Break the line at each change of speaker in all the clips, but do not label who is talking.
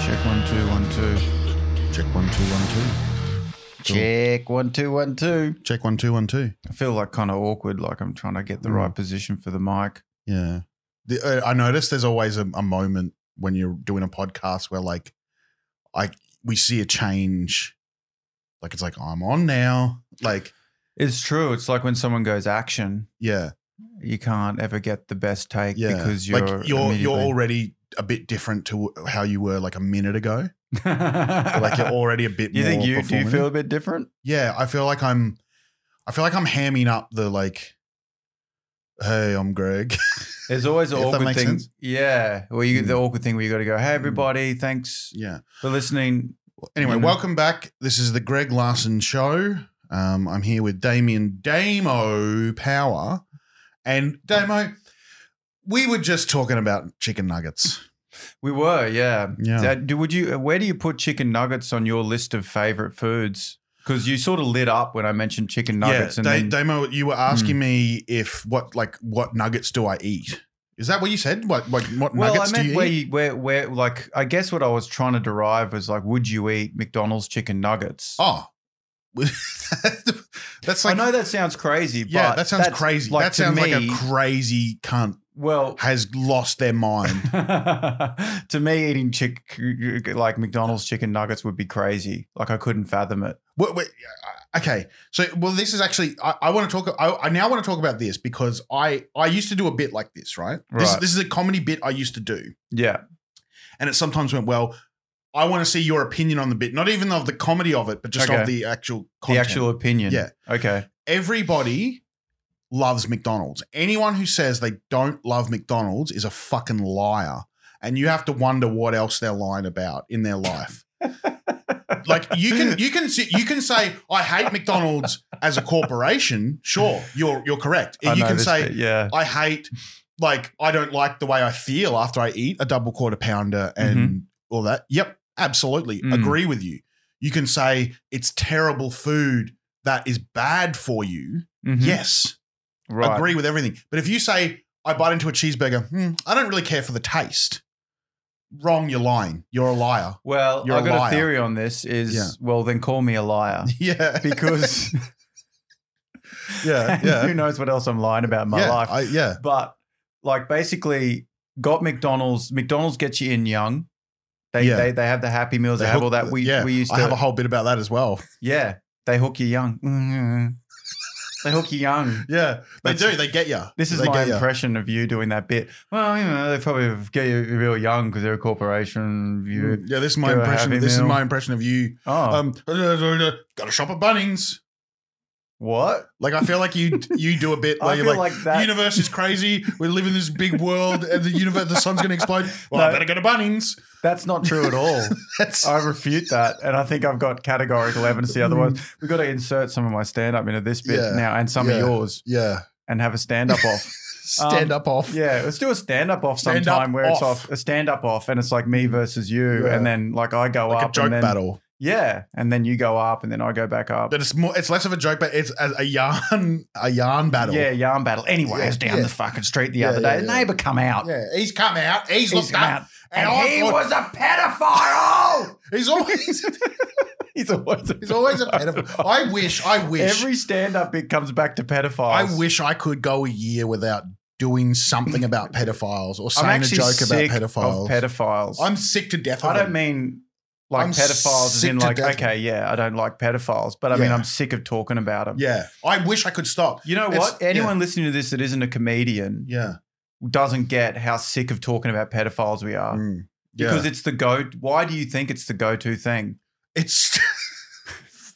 Check one two one two. Check one two one
Check one two one two.
two. Check one two one two.
I feel like kind of awkward, like I'm trying to get the right position for the mic.
Yeah. The, uh, I noticed there's always a, a moment when you're doing a podcast where like, I we see a change. Like it's like I'm on now. Like
It's true. It's like when someone goes action,
yeah,
you can't ever get the best take
yeah.
because you're
like you're you're
immediately-
already a bit different to how you were like a minute ago. Like you're already a bit.
you
more
think you do you
performative.
feel a bit different?
yeah, I feel like I'm, I feel like I'm hamming up the like, hey, I'm Greg.
There's always an
If that
awkward
makes
thing. Hmm.
sense.
Yeah. Well, you get the
Mm.
awkward thing where you got to go, hey, everybody, thanks
yeah.
for listening.
Anyway,
You know?
welcome back. This is the Greg Larson Show. Um, I'm here with Damien Damo Power, and Damo. We were just talking about chicken nuggets.
We were, yeah.
Yeah.
Dad, do, would you? uh, Where do you put chicken nuggets on your list of favorite foods? Because you sort of lit up when I mentioned chicken nuggets,
yeah,
and
Da-
then
Damo, you were asking me if what like what nuggets do I eat? Is that what you said? What what, what
well, I
nuggets
meant
do you
where,
eat?
you, where, where, like, I guess what I was trying to derive was like, would you eat McDonald's chicken nuggets?
Oh, that's
I
like
know that sounds crazy,
Yeah,
but
that sounds
that's,
crazy.
Like,
that
to
sounds like
me-
a crazy cunt
well.
has lost their mind.
to me, eating chick like McDonald's chicken nuggets would be crazy. Like I couldn't fathom it.
Wait, wait, uh, okay, so well, this is actually I, I want to talk. I, I now want to talk about this because I I used to do a bit like this, right? This,
Right.
this is a comedy bit I used to do,
Yeah,
and it sometimes went well. I want to see your opinion on the bit, not even of the comedy of it, but just
Okay.
of the actual
the
content.
actual opinion.
Yeah.
Okay.
Everybody loves McDonald's. Anyone who says they don't love McDonald's is a fucking liar. And you have to wonder what else they're lying about in their life. like you can you can sit- you can say I hate McDonald's as a corporation. Sure, you're you're correct.
I
you
know
can
this
say
bit, yeah.
I hate like I don't like the way I feel after I eat a double quarter pounder and all that. Yep, absolutely.
Mm-hmm. Mm.
Agree with you. You can say it's terrible food that is bad for you.
Mhm.
Yes.
Right.
Agree with everything. But if you say I bite into a cheeseburger, hmm, I don't really care for the taste. Wrong, you're lying. You're a liar.
Well,
You're
I've
a
got
liar.
a theory on this. Is
Yeah.
well, then call me a liar
Yeah.
because
yeah. Yeah.
who knows what else I'm lying about in my
yeah,
life.
I- yeah.
but like basically, got McDonald's. McDonald's gets you in young. They
Yeah.
they, they have the happy meals. They,
They
have
hook-
all that. We
yeah,
we used
I have a
to
whole bit about that as well.
yeah. They hook you young. Mhm. they hook you young.
Yeah. They
That's-
do. They get you.
This is
they
my
get ya.
impression of you doing that bit. Well, you know, they probably get you real young because they're a corporation. You,
Mm, Yeah, this is my
Go a
impression.
Happy
This is
Meal.
my impression of you.
oh,
Um, got to shop at Bunnings.
what?
Like I feel like you you do a bit
I
where
feel
you're like,
like
the
that.
universe is crazy. We live in this big world, and the universe, the sun's going to explode. Well, I
No.
better go to Bunnings.
That's not true at all.
That's
I refute that, and I think I've got categorical evidence. here. Otherwise, we've got to insert some of my stand-up into this bit
Mm. Yeah.
now, and some
Yeah.
of yours,
yeah.
and have a stand-up off.
Stand
Um,
up off.
yeah, let's do a stand-up off
Stand-up
sometime where it's
off. Mm.
off a stand-up off, and it's like me versus you,
Yeah.
and then like I go
Like
up,
a joke
and then,
battle.
Yeah, and then you go up, and then I go back up.
But it's more. It's less of a joke, but it's a, a yarn a yarn battle.
Yeah, yarn battle. Anyway,
Yeah,
I was down
yeah.
the fucking street the
Yeah,
other
yeah,
day. The
yeah.
neighbor come out.
Yeah, he's come out. He's,
He's
looked
come
up,
out.
and,
And,
I
he
thought-
was a pedophile.
He's always
he's always a
he's always a pedophile. I wish. I wish.
Every stand-up bit comes back to pedophiles.
I wish I could go a year without doing something about pedophiles or saying a joke about
sick Of
pedophiles.
pedophiles.
I'm sick to death. Of
I don't
it.
mean like
I'm
pedophiles as
sick
in
to
like,
death.
okay, yeah, I don't like pedophiles, but I mean,
Yeah.
I'm sick of talking about them.
Yeah, I wish I could stop.
You know
It's-
what? Anyone listening to this that isn't a comedian
Yeah,
doesn't get how sick of talking about pedophiles we are.
Mm. yeah.
Uh, Because it's the go. Why do you think it's the go-to thing?
it's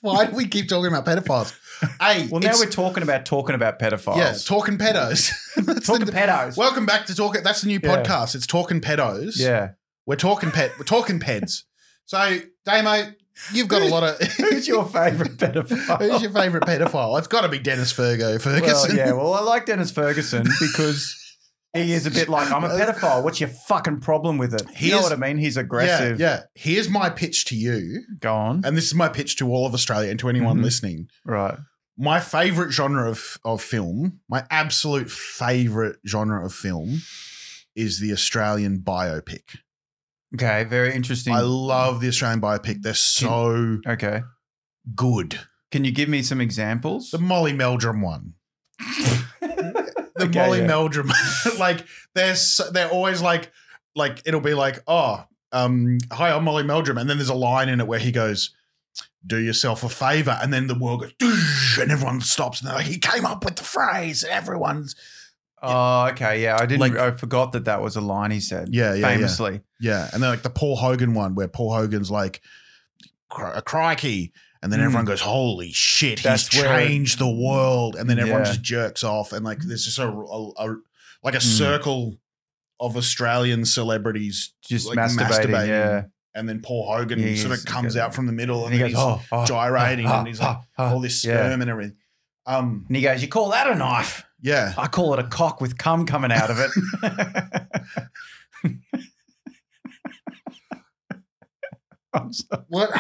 why do we keep talking about pedophiles? Hey,
Well, now
it's-
we're talking about talking about pedophiles.
yeah, talking pedos. That's
talking
the-
pedos.
Welcome back to talking. That's the new
Yeah.
podcast. It's talking pedos.
yeah.
we're talking pet. We're talking peds. So, Damo, you've got a lot of.
Who's your favorite pedophile?
Who's your favorite pedophile? It's got to be Dennis Fergo Ferguson.
Well, yeah, well, I like Dennis Ferguson because he is a bit like, I'm a pedophile. What's your fucking problem with it?
He
you know
is-
what I mean? He's aggressive.
Yeah, yeah. Here's my pitch to you,
Go on.
and this is my pitch to all of Australia and to anyone
Mhm.
listening.
Right.
My favorite genre of, of film, my absolute favorite genre of film, is the Australian biopic.
Okay, very interesting.
I love the Australian biopic. They're so
okay.
good.
Can you give me some examples?
The Molly Meldrum one. the
Okay,
Molly
yeah.
Meldrum. like they're so, they're always like like it'll be like oh um hi I'm Molly Meldrum and then there's a line in it where he goes do yourself a favor and then the world goes "Doosh," and everyone stops and they're like he came up with the phrase and everyone's
Oh, okay. Yeah, I didn't.
Like-
I forgot that that was a line he said.
yeah yeah yeah.
famously.
Yeah, and then like the Paul Hogan one where Paul Hogan's like a crikey, and then
Mm.
everyone goes, "Holy shit,
That's
he's
where-
changed the world!" And then everyone
Yeah.
just jerks off, and like there's just a, a- a- like a
Mm.
circle of Australian celebrities,
Just
like,
masturbating,
masturbating.
Yeah.
and then Paul Hogan
Yeah,
sort
yes,
of comes
okay.
out from the middle,
And
and,
he
then
goes,
he's
oh, oh,
gyrating,
oh,
and he's
oh,
like
oh.
all this
yeah.
sperm and everything. Um,
And he goes, "You call that a knife?
yeah,
I call it a cock with cum coming out of it." I'm sorry.
what?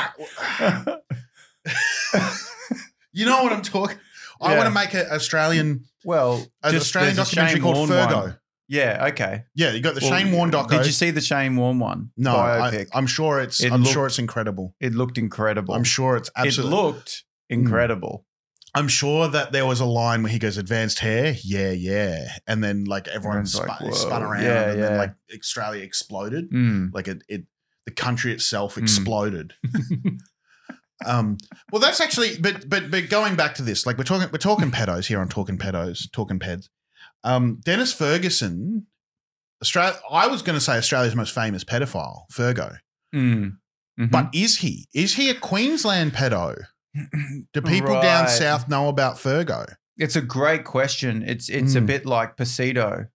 You know what I'm talking? I
Yeah.
want to make an Australian,
well,
an
just-
Australian
there's a
documentary
Shane
called
Warne
Fergo.
one. Yeah. Okay.
Yeah, you got the
Well,
Shane Warne doco.
Did you see the Shane Warne one?
No, I,
biopic.
I'm sure it's.
It
I'm
looked-
sure it's incredible.
it looked incredible.
I'm sure Hmm. it's absolutely.
It looked incredible.
I'm sure that there was a line where he goes, "Advanced hair, yeah, yeah," and then like everyone
Everyone's
spun,
like, "Whoa."
spun around,
Yeah,
and
yeah.
then like Australia exploded.
Mm.
Like it, it, the country itself
Mm.
exploded. um, well, that's actually, but but but going back to this, like we're talking, we're talking pedos here on talking pedos, talking peds. Um, Dennis Ferguson, Australia. I was going to say Australia's most famous pedophile, Fergo.
Mm. Mhm.
But is he? Is he a Queensland pedo? Do people down
Right.
south know about Fergo?
it's a great question. It's it's a
Mm.
bit like Pasito.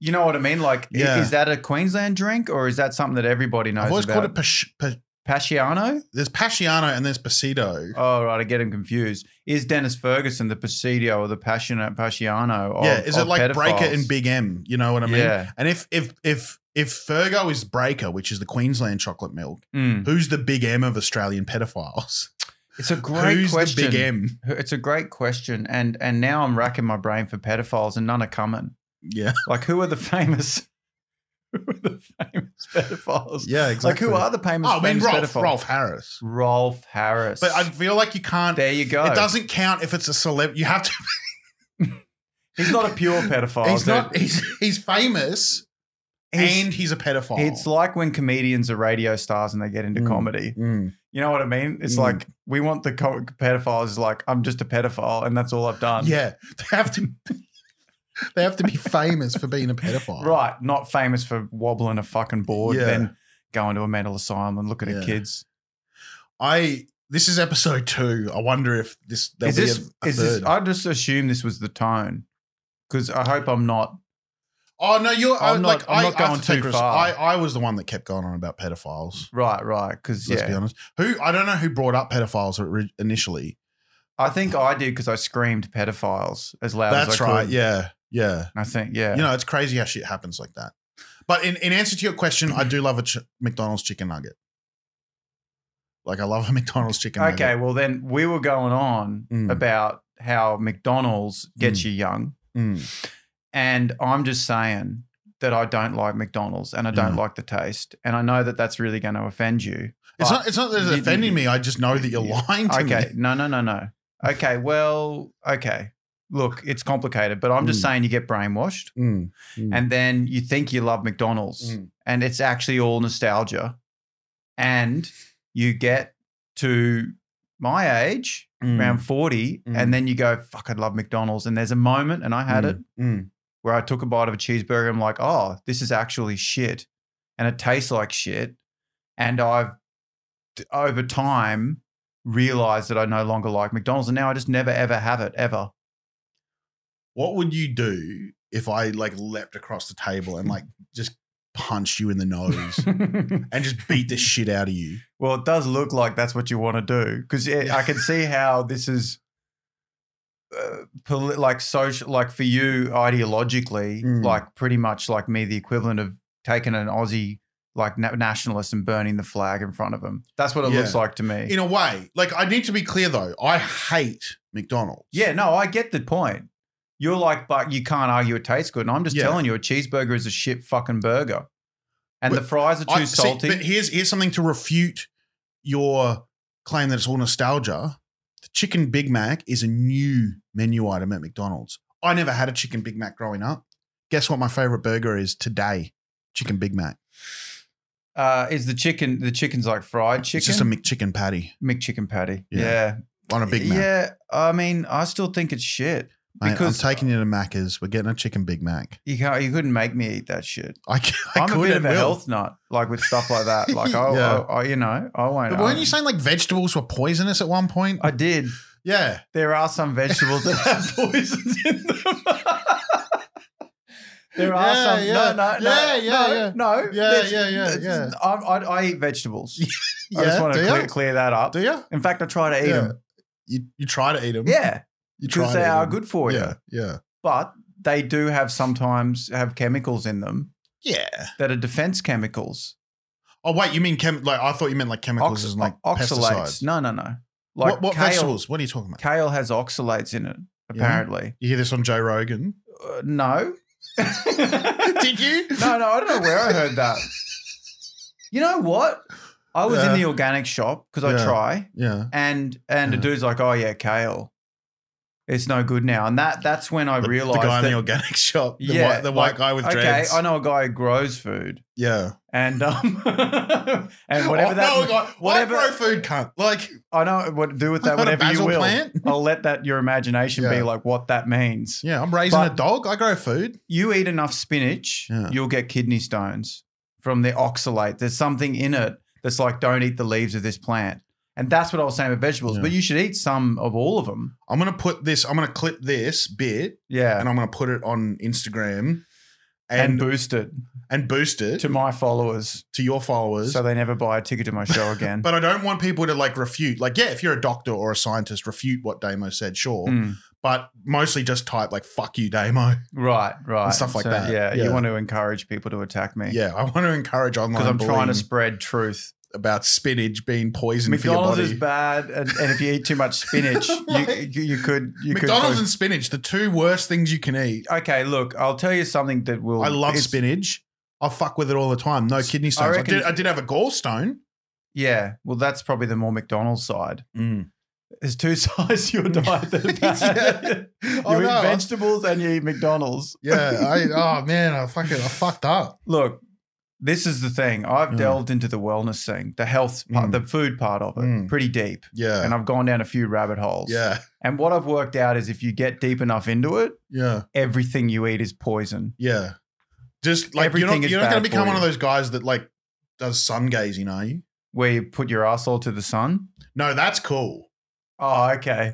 You know what I mean? Like, i-
Yeah.
is that a Queensland drink or is that something that everybody knows
I've always
about?
called it pas- pa-
Pasciano?
there's Pasciano and there's Pasito.
Oh, right. I get him confused. Is Dennis Ferguson the Pasito or the Pasciano? Pasciano of,
yeah, is it
of
like Breaker
pedophiles?
and Big M? You know what I mean?
Yeah.
And if if if if Fergo is Breaker, which is the Queensland chocolate milk,
Mm.
who's the Big M of Australian pedophiles?
It's a great
who's
question.
the Big M?
It's a great question, and and now I'm racking my brain for pedophiles, and none are coming.
Yeah,
Like, who are the famous? Who are the famous pedophiles?
yeah,
Like,
exactly.
who are the famous?
Oh, I mean
famous
Rolf,
pedophiles?
Rolf Harris.
Rolf Harris.
But I feel like you can't.
there you go.
It doesn't count if it's a celeb. You have to.
He's not a pure pedophile.
he's
dude.
not. He's he's famous,
He's-
and he's a pedophile.
It's like when comedians are radio stars and they get into
Mm.
comedy.
Mm.
You know what I mean? It's
Mm.
like we want the co- pedophiles. Like I'm just a pedophile, and that's all I've done.
Yeah, they have to. they have to be famous for being a pedophile,
Right. Not famous for wobbling a fucking board,
Yeah.
then going to a mental asylum and looking at
Yeah.
kids.
I. This is episode two. I wonder if this. There'll
Is
be
this?
a, a
is this?
third.
I just assume this was the tone, because I hope I'm not.
oh no, you're. i
I'm not-
like,
I'm
I,
not
I have
going
to take
too
res-
far.
I, I was the one that kept going on about pedophiles.
Right. Right. Because
Let's
yeah,
be honest. Who I don't know who brought up pedophiles ori- initially.
I think I did because I screamed pedophiles as loud as
That's
I
right.
could.
Yeah, yeah.
And I think yeah.
You know, it's crazy how shit happens like that. But in, in answer to your question, I do love a ch- McDonald's chicken nugget. Like I love a McDonald's chicken. nugget.
Okay, well then we were going on
Mm.
about how McDonald's gets you young,
Mm.
and I'm just saying that I don't like McDonald's and I don't
Yeah.
like the taste, and I know that that's really going to offend you.
It's
But-
not. It's not that it's
You-
offending me. I just know that you're
you-
lying to
okay,
me.
no, no, no, no. Okay, well, okay. Look, it's complicated, but I'm just
Mm.
saying you get brainwashed,
Mm.
and then you think you love McDonald's,
Mm.
and it's actually all nostalgia, and you get to my age
Mm.
around 40
Mm.
and then you go fuck i love mcdonald's and there's a moment and i had it
Mm.
where i took a bite of a cheeseburger i'm like oh this is actually shit and it tastes like shit and i've t- over time realized that i no longer like mcdonald's and now i just never ever have it ever
What would you do if I like leapt across the table and like just punched you in the nose and just beat the shit out of you?
well it does look like that's what you want to do because i can see how this is uh, poli- like social like for you ideologically
Mm.
like pretty much like me the equivalent of taking an aussie like na- nationalist and burning the flag in front of him that's what it
Yeah.
looks like to me
In a way, like I need to be clear though. I hate McDonald's.
yeah no i get the point you're like but you can't argue it tastes good and i'm just
Yeah.
telling you a cheeseburger is a shit fucking burger and the fries are too
I- see,
salty.
but here's here's something to refute your claim that it's all nostalgia. The chicken Big Mac is a new menu item at McDonald's. I never had a chicken Big Mac growing up. Guess what my favorite burger is today? Chicken Big Mac.
uh, is the chicken? The chicken's like fried chicken,
It's just a McChicken patty
McChicken patty.
Yeah.
yeah,
on a Big Mac.
Yeah, I mean, I still think it's shit.
Mate,
because-
I'm taking you to Macca's. We're getting a chicken Big Mac.
You can't. You couldn't make me eat that shit.
I, c- I
I'm a
could
bit
and
of a
will.
health nut, like with stuff like that. Like I,
Yeah.
I, I you know, I won't.
But
I-
weren't you saying like vegetables were poisonous at one point?
I did.
yeah.
There are some vegetables that have poisons in them. there are
Yeah,
some.
yeah.
No, no, no,
Yeah, yeah,
no,
yeah.
no.
Yeah,
There's-
yeah, yeah,
there's-
yeah.
I, I, I eat vegetables.
Yeah.
I just want
do
to clear,
you?
clear that up.
Do you?
In fact, I try to eat
Yeah.
them.
you? You try to eat them.
Yeah,
You try
because
to
they
eat
are
'em.
good for you.
Yeah. Yeah.
But they do have sometimes have chemicals in them
Yeah.
that are defense chemicals.
Oh wait, you mean chem? Like I thought you meant like chemicals
Ox-
as in like
oxalates.
pesticides.
No, no, no. Like
what what
kale,
vegetables? What are you talking about?
Kale has oxalates in it. Apparently,
You hear this on Joe Rogan?
Uh, no. no,
Did you?
no. I don't know where I heard that. You know what? I was
Yeah.
in the organic shop because I
Yeah.
try,
Yeah.
and and a
Yeah.
dude's like, "Oh yeah, kale, it's no good now." And that that's when I
The-
realized
the guy in
that,
the organic shop. The
yeah,
white, the white
like,
guy with
okay,
dreads.
I know a guy who grows food,
yeah.
and um,
Oh,
and whatever
I
that
know a guy-
whatever-
I grow food cunt. Like
I know uh, what do with
I've
that
got a
whatever you
basil
will.
plant.
I'll let that your imagination be
Yeah.
like what that means.
yeah, I'm raising
But-
a dog. I grow food.
You eat enough spinach,
Yeah.
you'll get kidney stones from the oxalate. There's something in it that's like don't eat the leaves of this plant. And that's what I was saying with vegetables,
Yeah.
but you should eat some of all of them.
I'm gonna put this. I'm gonna clip this bit
Yeah.
and
And,
I'm gonna put it on Instagram and and,
boost it
boost it
to
to,
my followers
your followers.
so they never buy a ticket to my show again.
but I don't want people to like refute. Like, yeah, if you're a doctor or a scientist, refute what Damo said. Sure.
Mm.
but mostly just type like "fuck you, Damo."
Right, right.
stuff like that.
Yeah,
Yeah.
You want to encourage people to attack me.
Yeah, I want to encourage online
Because I'm trying to
bullying
spread truth.
about spinach being poison
McDonald's
for
is
your body.
bad, and, and if you eat too much spinach, you,
Right.
you, you could you
McDonald's
could.
and spinach, the two worst things you can eat.
okay, look, I'll tell you something that will.
I love
it's-
spinach. I fuck with it all the time. No kidney stones. I,
reckon-
did, I did have a gallstone.
Yeah, well, that's probably the more McDonald's side. There's two sides to your diet that are bad. you
Oh,
eat
no.
vegetables and you eat McDonald's.
Yeah. I, oh man, I fucking I fucked up.
look, this is the thing. I've
Mm.
delved into the wellness thing, the health, part,
Mm.
the food part of it,
Mm.
pretty deep,
Yeah.
and I've gone down a few rabbit holes.
Yeah.
And what I've worked out is if you get deep enough into it,
Yeah.
everything you eat is poison.
Yeah. Just like
Everything
you're not,
is
you're not
bad
going to become
for
one of
you.
those guys that like does sun gazing, are you?
where you put your asshole to the sun.
No, that's cool.
Oh, okay.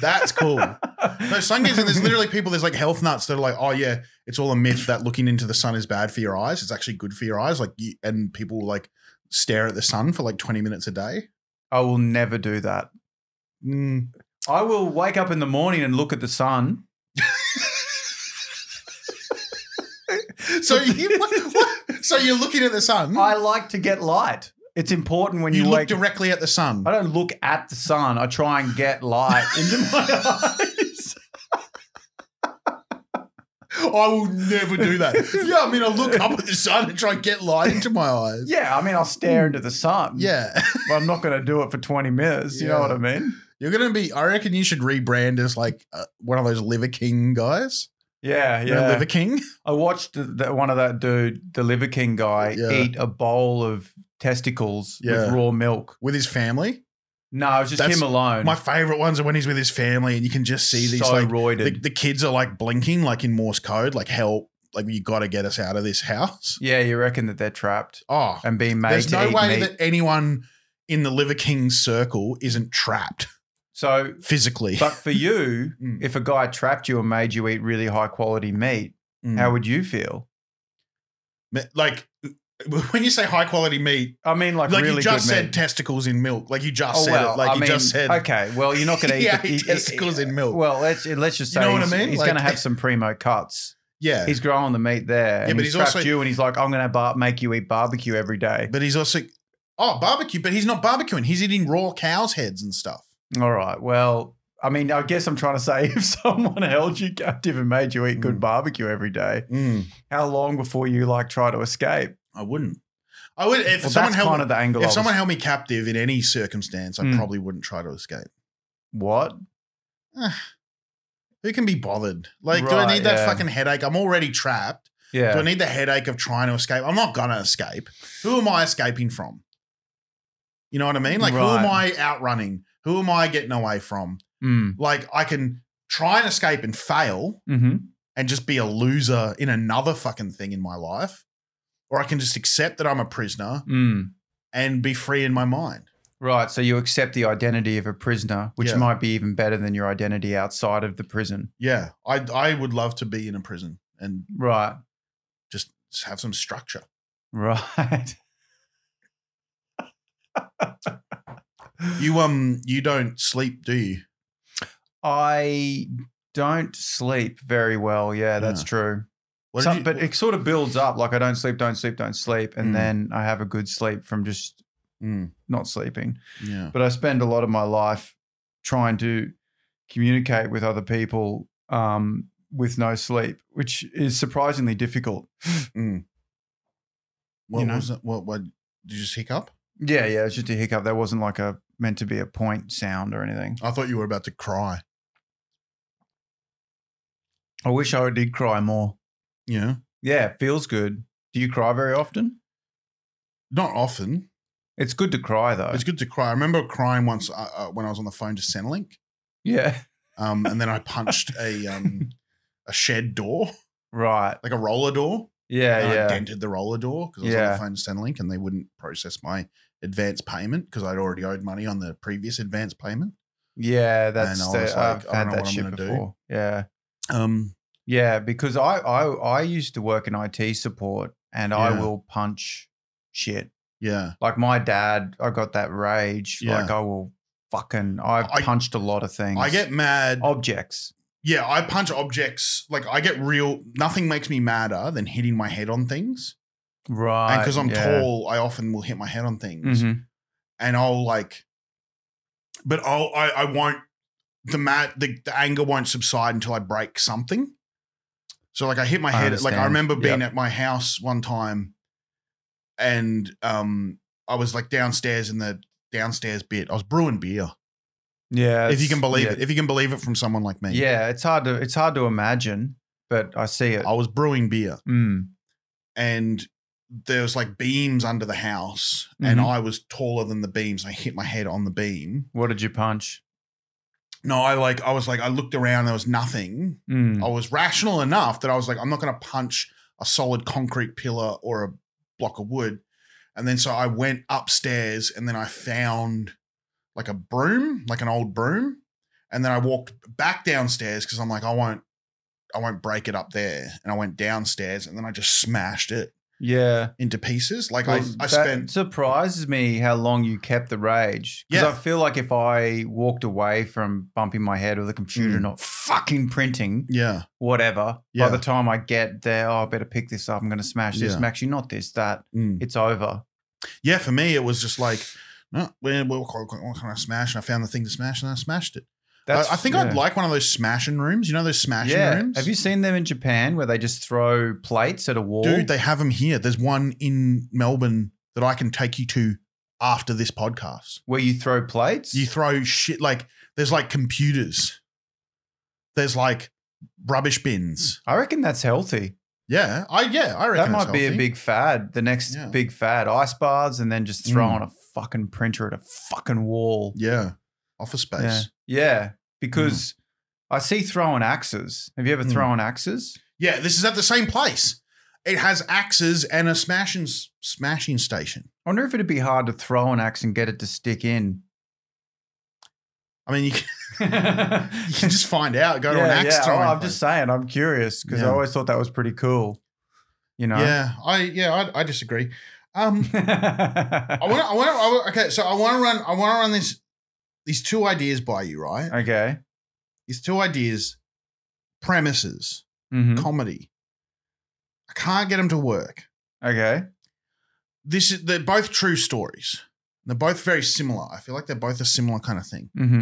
That's cool. No, sun gazing. There's literally people. There's like health nuts that are like, oh yeah, it's all a myth that looking into the sun is bad for your eyes. It's actually good for your eyes. Like, you, and people like stare at the sun for like 20 minutes a day.
I will never do that.
Mm.
I will wake up in the morning and look at the sun.
So you, what- what- so you're looking at the sun.
I like to get light. It's important when you,
you look
wake.
directly at the sun.
I don't look at the sun. I try and get light into my eyes.
I will never do that. yeah, I mean, I look up at the sun and try and get light into my eyes.
Yeah, I mean, I'll stare into the sun.
Yeah,
but I'm not going to do it for 20 minutes. You know
Yeah.
what I mean?
you're gonna be. I reckon you should rebrand as like uh, one of those Liver King guys.
Yeah,
You know
yeah.
Liver King.
I watched the, the, one of that dude, the Liver King guy,
Yeah.
eat a bowl of testicles
Yeah.
with raw milk.
With his family,
No, it was just
That's
him alone.
my favorite ones are when he's with his family, and you can just see these
so
like the,
roided.
the kids are like blinking, like in Morse code, like help, like you got to get us out of this house.
yeah, you reckon that they're trapped
Oh,
and being made
there's
to
no
eat
way
meat.
that anyone in the Liver King's circle isn't trapped
so,
physically.
but for you,
Mm.
if a guy trapped you and made you eat really high quality meat,
Mm.
how would you feel?
like when you say high quality meat,
I mean, like,
like
really
you just
good
said
meat.
testicles in milk, like you just
oh
said
well,
it, like
I
you
mean,
just said.
okay. Well, you're not going to eat,
Yeah,
the-
he testicles in milk.
Well, let's let's just
You
say
know what I
he's,
mean?
he's
Like-
going to have some primo cuts.
yeah,
He's growing the meat there, and
but
he's,
he's
trapped
also-
you, and he's like, "I'm going to bar- make you eat barbecue every day."
but he's also oh barbecue, but he's not barbecuing. He's eating raw cows' heads and stuff.
All right. Well, I mean, I guess I'm trying to say if someone held you captive and made you eat good
Mm.
barbecue every day, how long before you like try to escape?
I wouldn't. I would if
Well,
someone
that's
held
kind of the angle.
if
I was-
someone held me captive in any circumstance, I
Mm.
probably wouldn't try to escape.
what?
Who can be bothered? Like, do I
Right,
need that
yeah.
fucking headache? I'm already trapped. Do
Yeah.
I need the headache of trying to escape? I'm not gonna escape. Who am I escaping from? You know what I mean? Like, who am I
Right.
outrunning? Who am I getting away from?
Mm.
Like, I can try and escape and fail,
hmm
and just be a loser in another fucking thing in my life, or I can just accept that I'm a prisoner
Mm.
and be free in my mind.
Right. So you accept the identity of a prisoner, which
Yeah.
might be even better than your identity outside of the prison.
Yeah, I I would love to be in a prison and
Right.
just have some structure.
Right.
You um you don't sleep, do you?
I don't sleep very well. Yeah, that's
Yeah.
true.
What did
Some-
you-
but it sort of builds up. Like I don't sleep, don't sleep, don't sleep, and
Mm.
then I have a good sleep from just
Mm,
not sleeping.
yeah,
But I spend a lot of my life trying to communicate with other people um, with no sleep, which is surprisingly difficult.
what
you know.
was it? What what did you just hiccup?
Yeah, yeah, it's just a hiccup. That wasn't like a meant to be a point sound or anything.
I thought you were about to cry.
I wish I did cry more.
Yeah,
Yeah, it feels good. Do you cry very often?
not often.
It's good to cry though.
It's good to cry. I remember crying once uh, uh, when I was on the phone to Centrelink,
Yeah.
um, and then I punched a um a shed door,
Right.
like a roller door. and
Yeah,
I
yeah.
dented the roller door because I was
Yeah.
on the phone to Centrelink and they wouldn't process my advance payment because I'd already owed money on the previous advance payment.
Yeah, that's
I
the-
was
I've
like, I
had
don't know
that
what I'm
shit
gonna do.
before. Yeah.
Um,
Yeah, because I I I used to work in IT support and I
Yeah.
will punch shit.
yeah,
Like my dad, I got that rage.
Yeah.
Like I will fucking I've
I-
punched a lot of things. Oh.
I get mad.
objects.
Yeah, I punch objects. Like I get real. Nothing makes me madder than hitting my head on things.
Right.
And because I'm
yeah.
tall, I often will hit my head on things,
Mhm.
and I'll like. But I'll I, I won't the mad the, the anger won't subside until I break something. So like I hit my
I
head. Like
understand.
I remember being
Yep.
at my house one time, and um I was like downstairs in the downstairs bit. I was brewing beer.
Yeah.
if you can
it's-
believe
yeah.
it, if you can believe it from someone like me.
Yeah, it's hard to it's hard to imagine, but I see it.
I was brewing beer.
Mm.
and there was like beams under the house and
Mhm.
i was taller than the beams i hit my head on the beam
What did you punch?
no i like i was like i looked around there was nothing
Mm.
i was rational enough that i was like i'm not going to punch a solid concrete pillar or a block of wood and then so i went upstairs and then i found like a broom like an old broom and then i walked back downstairs because i'm like i won't i won't break it up there and i went downstairs and then i just smashed it
Yeah.
into pieces. Like
Well,
I, I
that
spent
surprises me how long you kept the rage. Because
Yeah.
I feel like if I walked away from bumping my head or the computer
Mm.
not fucking printing
yeah,
whatever,
Yeah.
by the time I get there, oh, I better pick this up. I'm going to smash this.
Yeah.
I'm actually not this, that.
Mm.
It's over.
yeah. For me, it was just like, no, where, where, what can- what can I smash? And I found the thing to smash, and I smashed it.
That's,
I, I think I'd
yeah.
like one of those smashing rooms. You know those smashing
Yeah.
rooms?
Have you seen them in Japan where they just throw plates at a wall?
Dude, they have them here. There's one in Melbourne that I can take you to after this podcast.
where you throw plates?
You throw shit like there's like computers. There's like rubbish bins.
I reckon that's healthy.
Yeah, I yeah I reckon
that
it's
might be a
healthy.
big fad. The next
Yeah. Mm.
big fad, ice baths, and then just throw on a fucking printer at a fucking wall.
yeah office space. Mm.
Yeah. Yeah. Because I see throwing axes. Have you ever
Mm.
thrown axes?
Yeah, this is at the same place. It has axes and a smashing smashing station.
I wonder if it'd be hard to throw an axe and get it to stick in.
I mean, you can,
yeah,
you can just find out. Go to an axe
yeah. Oh,
throwing.
I'm
place.
just saying, I'm curious because I
Yeah.
always thought that was pretty cool. You know?
yeah. I yeah, I, I disagree. Um, I
I
want to. I want to. I wa- okay, so I want to run. I want to run this. These two ideas by you, right?
Okay.
These two ideas, premises,
Mhm.
comedy. I can't get them to work.
Okay.
This is they're both true stories. They're both very similar. I feel like they're both a similar kind of thing.
hmm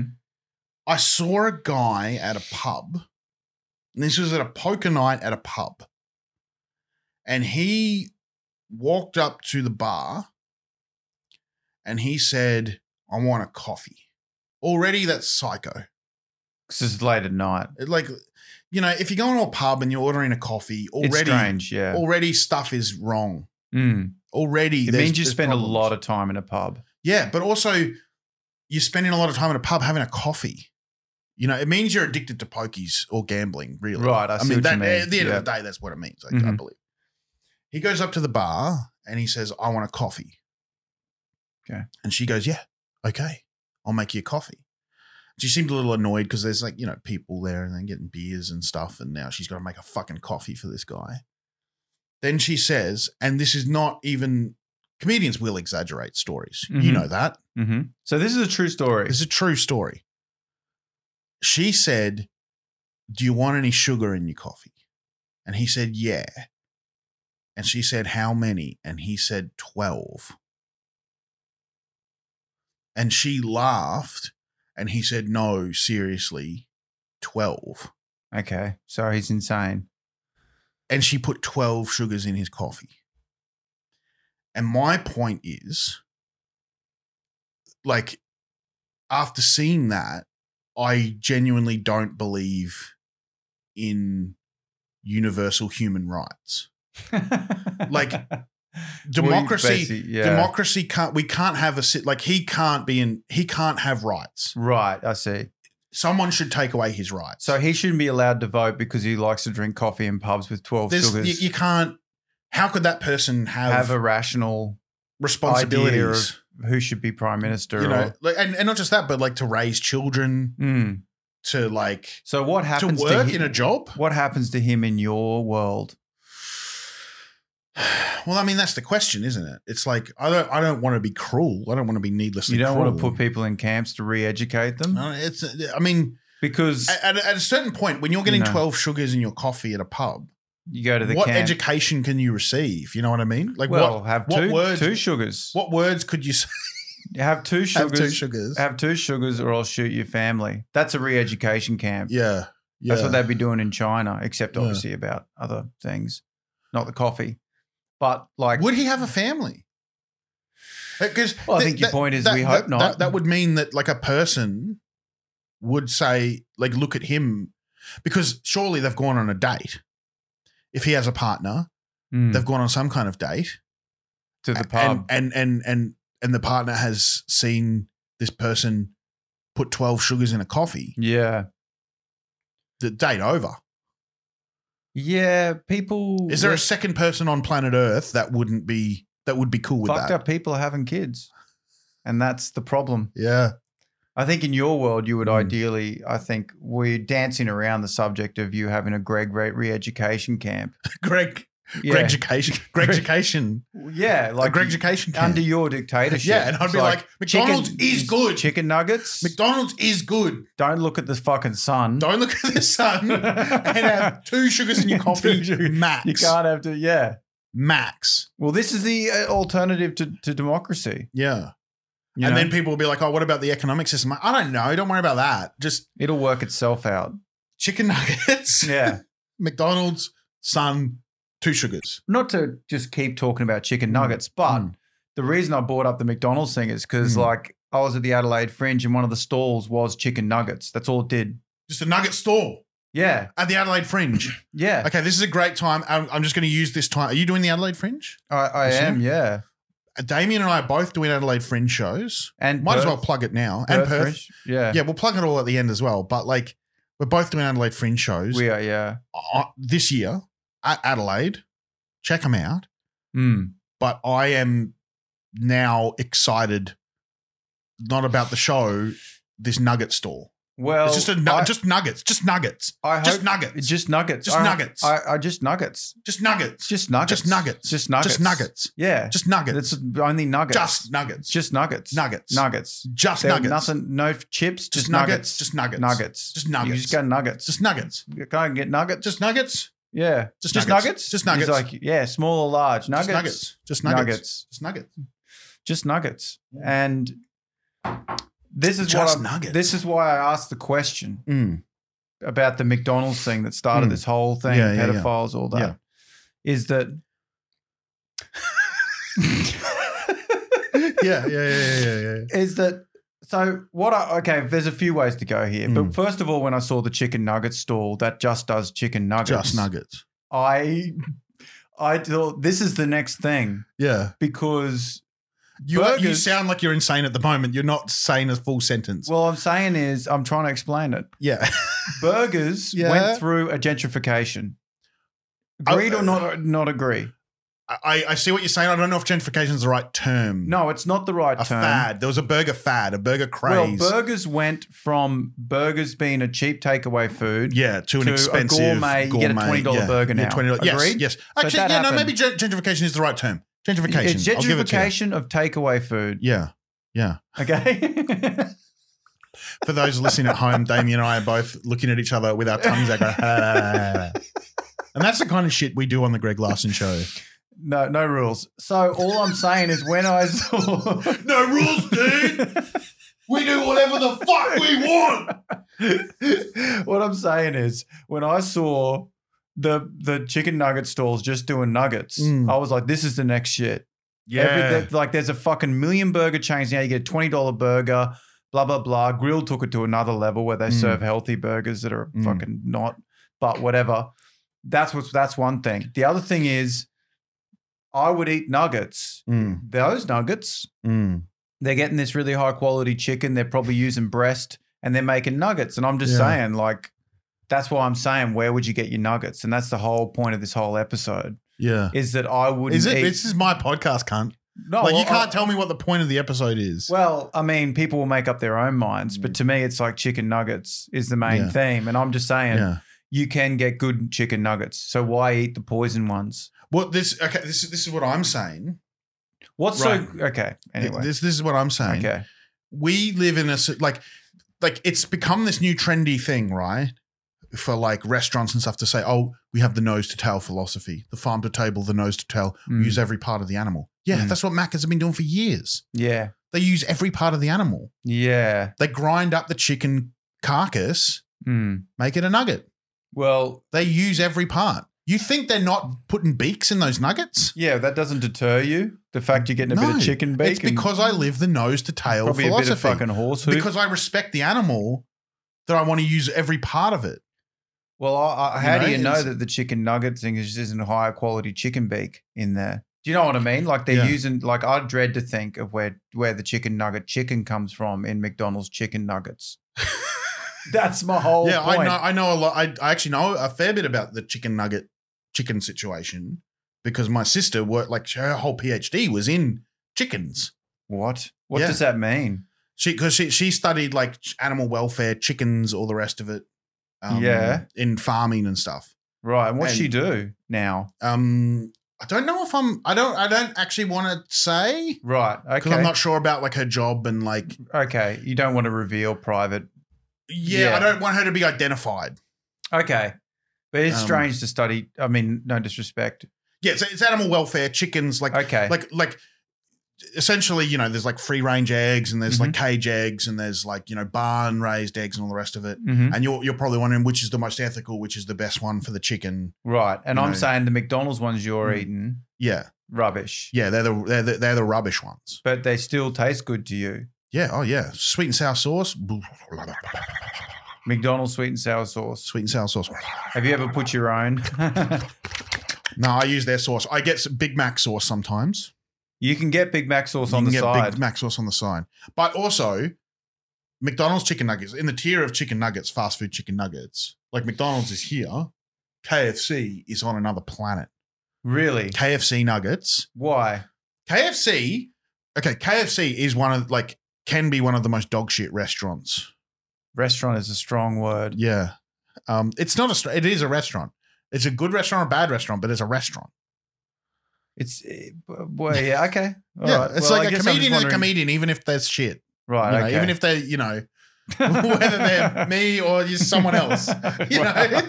I saw a guy at a pub. And this was at a poker night at a pub. And he walked up to the bar and he said, I want a coffee. Already that's psycho.
'Cause it's late at night.
It, like, you know, if you go into a pub and you're ordering a coffee,
It's
already
strange, yeah.
already stuff is wrong.
Mm.
Already
It
there's-
means you
there's
spend a
problems.
lot of time in a pub.
Yeah, but also you're spending a lot of time in a pub having a coffee. You know, it means you're addicted to pokies or gambling, really.
Right, I
I,
see
mean,
what
that,
you mean.
at the end
yeah.
of the day, that's what it means. I, I
Mhm.
believe. He goes up to the bar and he says, I want a coffee.
Okay.
And she goes, Yeah, okay. I'll make you a coffee. She seemed a little annoyed because there's like, you know, people there and they're getting beers and stuff. And now she's got to make a fucking coffee for this guy. Then she says, and this is not even comedians will exaggerate stories.
Mhm.
You know that.
Mhm. So this is a true story.
It's a true story. She said, Do you want any sugar in your coffee? And he said, Yeah. And she said, How many? And he said, 12. And she laughed and he said, No, seriously, 12.
okay, so he's insane.
And she put 12 sugars in his coffee. And my point is, like, after seeing that, I genuinely don't believe in universal human rights. Like, democracy-
Well, you basi- yeah.
Democracy can't, we can't have a, sit. like, he can't be in, he can't have rights.
right, I see.
Someone should take away his rights.
So he shouldn't be allowed to vote because he likes to drink coffee in pubs with 12
There's, you,
sugars.
you can't, how could that person
have
have,
a rational idea
responsibilities?
of who should be prime minister.
you know,
or-
like, and, and not just that, but like to raise children,
Mm.
to like
So what
to
happens to,
work
him,
in a job.
What happens to him in your world?
Well, I mean that's the question, isn't it? It's like I don't I don't want to be cruel. I don't want to be needlessly.
You don't
cruel.
want to put people in camps to re-educate them
No, it's. I mean,
because
at, at- at a certain point, when you're getting
No.
twelve sugars in your coffee at a pub,
you go to the
what
camp.
education can you receive? You know what I mean? Like
well,
what
have
what
two
words-
two sugars.
what words could you say?
Have two sugars.
Have two sugars.
Have two sugars, or I'll shoot your family. That's a re-education camp.
yeah, yeah.
That's what they'd be doing in China, except
Yeah.
obviously about other things, not the coffee. But like,
would he have a family? Because
Well, I think your point is we hope
that,
not.
That, that would mean that like a person would say, like, look at him, because surely they've gone on a date. If he has a partner,
Mm,
they've gone on some kind of date,
to the
and-
pub,
and and and and the partner has seen this person put twelve sugars in a coffee.
yeah,
The date over.
yeah. People
Is there a
with
second person on planet Earth that wouldn't be that would be cool with
fucked
that?
up people are having kids, and that's the problem.
Yeah,
I think in your world, you would
Mm.
ideally. I think we're dancing around the subject of you having a Greg re- re-education camp.
Greg.
Yeah,
Greg education. Greg education.
yeah, like
Like Greg education.
under your dictatorship.
Yeah, and I'd
it's
be like,
chicken-
McDonald's is good.
Chicken nuggets.
McDonald's is good.
Don't look at the fucking sun.
Don't look at the sun and uh, have two sugars in your coffee.
Two sugars.
Max.
You can't have to. Yeah.
Max.
Well, this is the uh, alternative to, to democracy.
Yeah.
you know?
and then people will be like, oh, what about the economic system? Like, I don't know. Don't worry about that. Just
it'll work itself out.
chicken nuggets,
Yeah.
McDonald's, sun, two sugars.
Not to just keep talking about chicken nuggets, but
Mm.
the reason I brought up the McDonald's thing is because
Mm.
like I was at the Adelaide Fringe and one of the stalls was chicken nuggets. That's all it did.
Just a nugget store
Yeah.
at the Adelaide Fringe.
Yeah.
okay, this is a great time. I'm, I'm just going to use this time. Are you doing the Adelaide Fringe?
I, I
Is
am. Yeah.
Uh, Damien and I are both doing Adelaide Fringe shows.
And
Might as
Perth-
well plug it now. and Perth.
Fringe. Yeah.
yeah, we'll plug it all at the end as well. But like, we're both doing Adelaide Fringe shows
We are. Yeah.
uh, this year at Adelaide. Check them out.
Mm.
But I am now excited, not about the show, this nugget store.
Well,
it's just a nu-
I-
just nuggets, just nuggets,
I hope
just nuggets,
It's just nuggets.
Just
I-
nuggets.
I, I just nuggets.
just nuggets,
Just nuggets.
Just nuggets.
Just nuggets.
just nuggets,
Yeah.
just nuggets,
That's only nuggets.
just nuggets, just
just nuggets.
nuggets,
Nuggets.
just
There were
nuggets,
Nothing. No chips. Just,
just
nuggets.
nuggets, just nuggets,
nuggets.
just nuggets.
You just got nuggets.
just nuggets,
you can't get nuggets.
just nuggets,
yeah.
just
Just
nuggets,
nuggets.
just nuggets,
He's like yeah, small or large nuggets.
just nuggets, just
Nuggets.
nuggets, just nuggets.
Just nuggets. And this is
Just
what I'm-
nuggets.
This is why I asked the question
Mm.
about the McDonald's thing that started
Mm.
this whole thing,
Yeah, yeah, yeah.
pedophiles, all that. Is that
yeah, yeah, yeah, yeah, yeah.
is that so what I okay, there's a few ways to go here. But
Mm.
first of all, when I saw the chicken nugget stall that just does chicken nuggets,
Just nuggets.
I I thought this is the next thing
Yeah.
because
You, you
Burgers-
sound like you're insane at the moment. You're not saying a full sentence.
well, I'm saying is I'm trying to explain it.
yeah.
Burgers
Yeah.
went through a gentrification. Agreed or not not agree.
I, I see what you're saying. I don't know if gentrification is the right term.
No, it's not the right
A
term.
fad. There was a burger fad, a burger craze.
Well, burgers went from burgers being a cheap takeaway food.
yeah, to an
to a
expensive
gourmet, you get a $20
yeah,
burger
yeah,
now.
$20. Yes,
Agreed?
yes.
So
Actually,
that
yeah, no,
happened.
maybe gen- gentrification is the right term. Gentrification.
It's
I'll give it to you.
gentrification of takeaway food.
Yeah.
Okay.
For those listening at home, Damien and I are both looking at each other with our tongues out. going, and that's the kind of shit we do on the Greg Larson show.
no, no rules. So all I'm saying is when I saw
No rules, We do whatever the fuck we want.
what I'm saying is when I saw the the chicken nugget stalls just doing nuggets,
Mm.
I was like, this is the next shit. Every- there- like there's a fucking million burger chains now. You get a twenty dollar burger, blah blah blah. Grill took it to another level where they
Mm.
serve healthy burgers that are
Mm.
fucking not, but whatever. That's what's that's one thing. The other thing is, I would eat nuggets.
Mm,
Those nuggets,
mm.
they're getting this really high quality chicken. They're probably using breast and they're making nuggets. And I'm just
Yeah.
saying, like, that's why I'm saying, where would you get your nuggets? And that's the whole point of this whole episode
Yeah.
is that I wouldn't
Is it?
eat.
This is my podcast, cunt.
no,
Like you
well, I-
can't tell me what the point of the episode is.
Well, I mean, people will make up their own minds, but
Mm.
to me, it's like chicken nuggets is the main
Yeah.
theme. And I'm just saying,
yeah.
you can get good chicken nuggets. So why eat the poison ones?
Well, this okay. This is this is what I'm saying.
What's
Right.
so okay? Anyway,
This this is what I'm saying.
okay,
we live in a s- like like it's become this new trendy thing right for like restaurants and stuff to say oh we have the nose to tail philosophy the farm to table the nose to tail
Mm.
use every part of the animal yeah
Mm.
that's what maccas have been doing for years
yeah,
they use every part of the animal
yeah.
they grind up the chicken carcass
Mm.
make it a nugget
Well,
they use every part you think they're not putting beaks in those nuggets
yeah, that doesn't deter you. The fact you're getting a bit
No,
of chicken bacon,
it's because i live the nose to tail
probably a bit
philosophy
of fucking horse hoof.
because i respect the animal that i want to use every part of it
well, I, I, how
You
do
know,
you know
it's-
that the chicken nugget thing is just isn't a higher quality chicken beak in there? Do you know what I mean? Like they're
Yeah.
using, like I dread to think of where where the chicken nugget chicken comes from in McDonald's chicken nuggets. That's my whole
yeah,
point.
I know. I know a lot. I, I actually know a fair bit about the chicken nugget chicken situation because my sister worked like her whole PhD was in chickens.
What? What
Yeah.
does that mean?
She because she she studied like ch- animal welfare, chickens, all the rest of it. um,
Yeah.
in farming and stuff.
Right. And what's
And-
she do now?
Um, I don't know if I'm. I don't. I don't actually want to say
Right.
because
Okay.
I'm not sure about like her job and like.
okay. You don't want to reveal private.
Yeah,
Yeah.
I don't want her to be identified.
Okay. But it's
Um,
strange to study. I mean, no disrespect.
Yeah, so it's animal welfare, chickens, like
Okay.
like like essentially you know there's like free range eggs and there's like cage eggs and there's like you know barn raised eggs and all the rest of it
Mhm.
and you're you're probably wondering which is the most ethical which is the best one for the chicken
Right. And
you
I'm
know.
saying the McDonald's ones you're
Mm.
eating,
yeah
rubbish.
yeah they're the they're the, they're the rubbish ones
But they still taste good to you.
yeah oh yeah sweet and sour sauce
McDonald's sweet and sour sauce.
sweet and sour sauce
Have you ever put your own?
no i use their sauce i get some big mac sauce sometimes
you can get Big Mac sauce
You
on
can
the
get
side.
big mac sauce on the side but also McDonald's chicken nuggets in the tier of chicken nuggets, fast food chicken nuggets. Like McDonald's is here, KFC is on another planet.
really?
KFC nuggets,
Why?
KFC. Okay, KFC is one of like can be one of the most dog shit restaurants.
Restaurant is a strong word.
Yeah, um, it's not a. str- It is a restaurant. It's a good restaurant or a bad restaurant, but it's a restaurant.
It's, eh, well, yeah, okay. All
yeah,
right.
it's
Well, I
like a
guess I'm just
comedian is a
wondering-
comedian, even if that's shit.
Right,
you know,
okay.
Even if they, you know, whether they're me or just someone else, you know?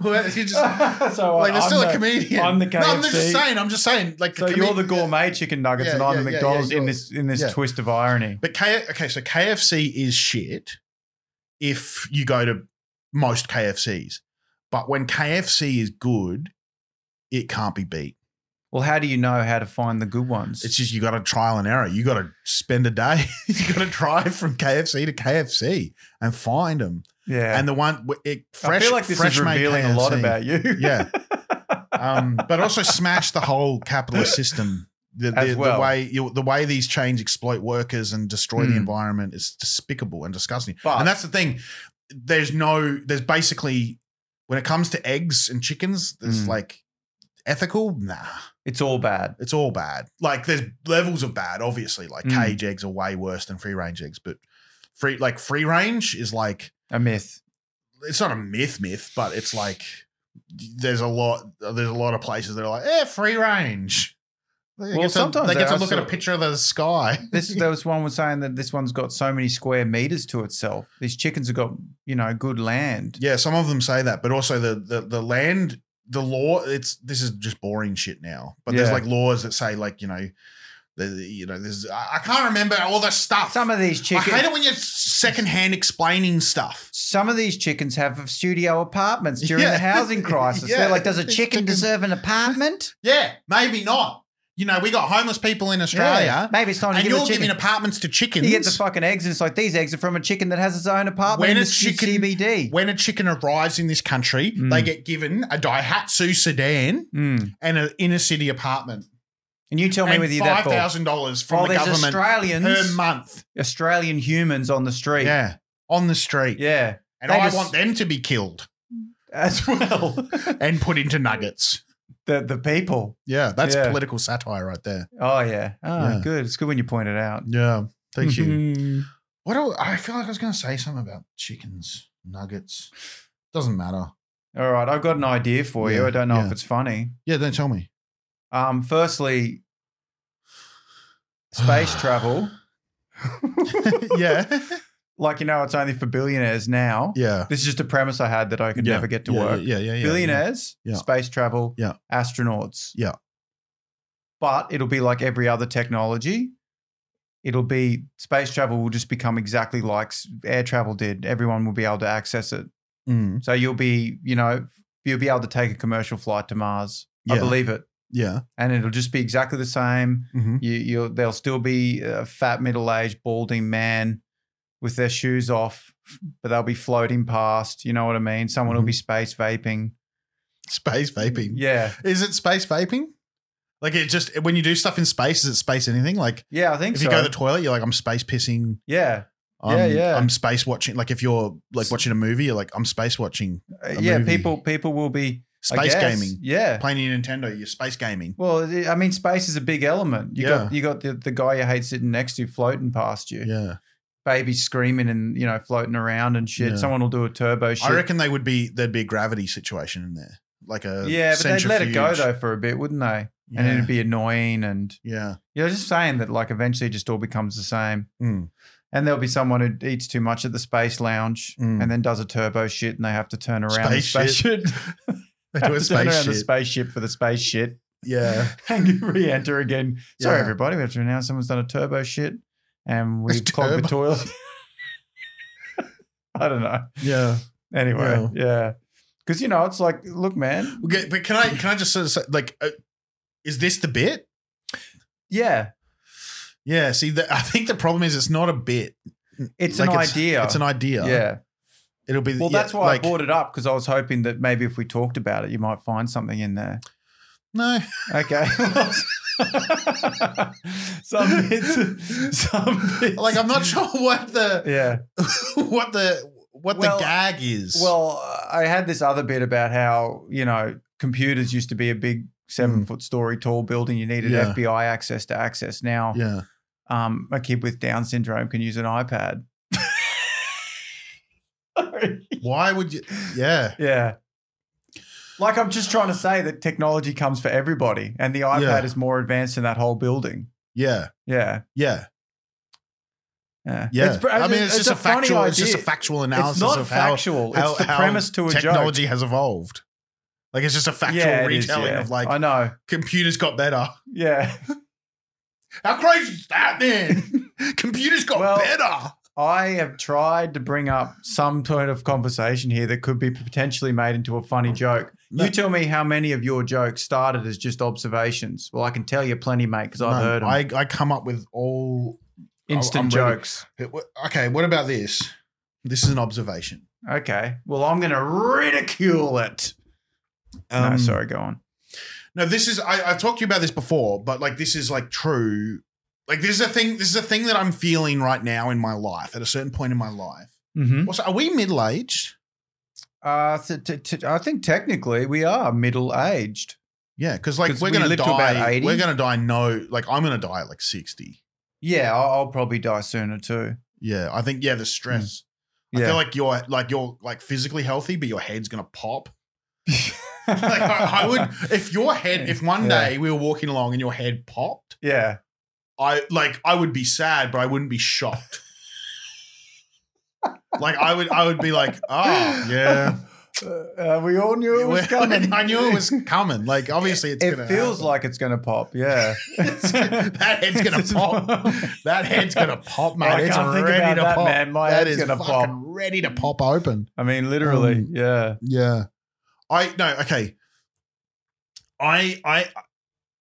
Well, you just-
so
like they're
I'm
still
the-
a comedian.
I'm the
No, I'm
KFC.
just saying. I'm just saying. Like,
So
a
you're
comedian-
the gourmet chicken nuggets,
Yeah,
and I'm
yeah,
the
yeah, yeah,
McDonald's in
you're-
this in this
yeah.
twist of irony.
But K- okay, so KFC is shit if you go to most KFCs. But when KFC is good, it can't be beat.
Well, how do you know how to find the good ones?
It's just you got to trial and error. You got to spend a day. you got to try from KFC to KFC and find them.
yeah.
And the one it,
I
fresh,
feel like this
fresh
is
made
revealing a lot
KFC.
about you.
Yeah. um, but also smash the whole capitalist system. The, the,
As well.
the way you, the way these chains exploit workers and destroy the
Hmm.
environment is despicable and disgusting.
But-
and that's the thing. There's no. There's basically when it comes to eggs and chickens, there's
Hmm.
like ethical. Nah,
It's all bad.
it's all bad. Like there's levels of bad. Obviously, like
Hmm.
cage eggs are way worse than free range eggs. But free like free range is like
A myth.
it's not a myth myth, but it's like there's a lot there's a lot of places that are like, eh, free range. They
Well,
get to,
sometimes
they get to
there are
look at a
sort-
picture of the sky.
This there was one was saying that this one's got so many square meters to itself. These chickens have got you know good land.
yeah, some of them say that, but also the the, the land the law it's this is just boring shit now. But there's
Yeah.
like laws that say like, you know, the, the- you know, there's I, I can't remember all the stuff.
Some of these
I
chickens.
hate it when you're secondhand explaining stuff.
some of these chickens have studio apartments during
Yeah.
the housing crisis.
Yeah.
They're like, does a
These
chicken
chickens-
deserve an apartment?
Yeah, maybe not. You know, we got homeless people in
Yeah.
Australia.
Maybe it's time to
And
give a
you're
chicken.
giving apartments to chickens.
you get the fucking eggs, and it's like these eggs are from a chicken that has its own apartment
When
in
a
the c-
chicken-
CBD.
when a chicken arrives in this country,
Mm.
they get given a Daihatsu sedan
Mm.
and an inner city apartment.
And you tell me
and
whether you're that
five
for.
thousand dollars from
Oh,
the
there's
government per
Australians,
month.
Australian humans on the street.
Yeah, on the street.
Yeah.
and
they
I
just-
want them to be killed
As well,
and put into nuggets.
the the people.
Yeah, that's
Yeah.
political satire right there.
Oh yeah. Oh,
Yeah.
good. It's good when you point it out.
Yeah, thank you.
Mhm.
What do, I feel like I was going to say something about chickens, nuggets. Doesn't matter.
All right, I've got an idea for you.
Yeah,
I don't know
yeah.
if it's funny.
Yeah, don't tell me.
Um, firstly, space travel.
yeah,
Like you know, it's only for billionaires now.
yeah.
This is just a premise I had that I could
Yeah,
never get to
yeah,
work.
Yeah, yeah, yeah.
billionaires,
yeah.
space travel,
Yeah.
astronauts.
Yeah.
But it'll be like every other technology. It'll be space travel will just become exactly like s- air travel did. Everyone will be able to access it.
yeah. Mm,
So you'll be, you know, you'll be able to take a commercial flight to Mars. I
Yeah.
believe it.
yeah.
And it'll just be exactly the same.
Mm-hmm.
You, you'll, there'll still be a fat, middle aged, balding man with their shoes off, but they'll be floating past. You know what I mean? Someone will
Mhm.
be space vaping.
Space vaping.
Yeah.
Is it space vaping? Like it just when you do stuff in space, is it space anything? Like
Yeah, I think
if
so.
you go to the toilet, you're like, I'm space pissing.
yeah,
I'm,
Yeah, yeah.
I'm space watching. Like if you're like watching a movie, you're like, I'm space watching.
Uh,
A
yeah.
movie.
People, people will be I
Space
guess.
gaming.
Yeah.
Playing your Nintendo, you're space gaming.
Well, I I mean, space is a big element. You
Yeah.
got you got the, the guy you hate sitting next to floating past you,
Yeah.
baby screaming and you know floating around and shit.
Yeah.
Someone will do a turbo shit.
I reckon they would be there'd be a gravity situation in there. Like a
yeah, but they'd let it go
centrifuge.
though for a bit, wouldn't they?
Yeah.
And it'd be annoying. And
yeah.
you're just saying that like eventually it just all becomes the same.
Mm.
And there'll be someone who eats too much at the space lounge
Mm.
and then does a turbo shit and they have to turn around the space shit.
Spaceship. They
have
do
to
a
turn around
space
the
shit.
spaceship for the space shit.
Yeah.
and you re-enter again. Sorry,
Yeah.
everybody. We have to announce someone's done a turbo shit, and we've clogged the
Turbo.
toilet. I don't know.
Yeah.
Anyway, yeah, because you know it's like, look, man,
Okay, but can I can I just sort of say, like uh, is this the bit?
yeah,
Yeah, see, the, I think the problem is it's not a bit.
it's
Like,
an idea.
It's an idea.
Yeah.
it'll be.
Well,
yeah,
that's why
like-
I brought it up because I was hoping that maybe if we talked about it, you might find something in there.
No,
Okay. some bits. Some bits.
like I'm not sure what the
Yeah.
what the what
Well-
the gag is.
Well, I had this other bit about how, you know, computers used to be a big seven foot story tall building. You needed
Mm. Yeah.
FBI access to access. Now,
yeah,
um, a kid with Down syndrome can use an iPad.
why would you? Yeah,
yeah. Like, I'm just trying to say that technology comes for everybody, and the iPad
Yeah.
is more advanced than that whole building.
yeah,
yeah.
yeah,
Yeah.
yeah.
pr-
I mean, it's, just a,
funny
factual. It's just a
idea.
factual
It's
analysis
not
of
factual.
how
it's the
how
premise to a joke.
technology has evolved. Like it's just a factual
Yeah, it is,
retelling
yeah.
of like
I know.
computers got better.
Yeah.
How crazy is that, man? computers got
Well-
better.
I have tried to bring up some sort of conversation here that could be potentially made into a funny joke.
No.
You tell me how many of your jokes started as just observations. Well, I can tell you plenty, mate, because I've
No,
heard 'em.
I, I come up with all.
Instant
I'm ready.
jokes.
Okay, what about this? This is an observation.
Okay. Well, I'm going to ridicule it. no,
Um,
sorry. Go on.
No, this is I, I've talked to you about this before, but like this is like true. Like this is a thing. This is a thing that I'm feeling right now in my life. At a certain point in my life,
Mm-hmm.
also, are we middle aged?
Uh, t- t- t- I think technically we are middle aged.
Yeah, because like
'Cause
we're
we
gonna
live to about
die.
80.
We're gonna die. No, like I'm gonna die at like sixty.
Yeah, I'll, I'll probably die sooner too.
Yeah, I think yeah the stress. I
Mm, Yeah.
feel like you're like you're like physically healthy, but your head's gonna pop. Like I, I would if your head if one
Yeah.
day we were walking along and your head popped,
Yeah.
I like I would be sad, but I wouldn't be shocked. like I would I would be like, oh yeah.
Uh, we all knew it was coming.
I knew it was coming. Like obviously it's
It
gonna
feels
happen.
like it's going to pop. Yeah.
It's gonna- that head's gonna pop. That head's gonna pop, mate.
I
it's
can't think
ready
about
to
that,
pop.
man. My
that
head's
is
gonna
fucking
pop.
ready to pop open.
I mean, literally.
Um,
yeah.
Yeah. I no, okay. I I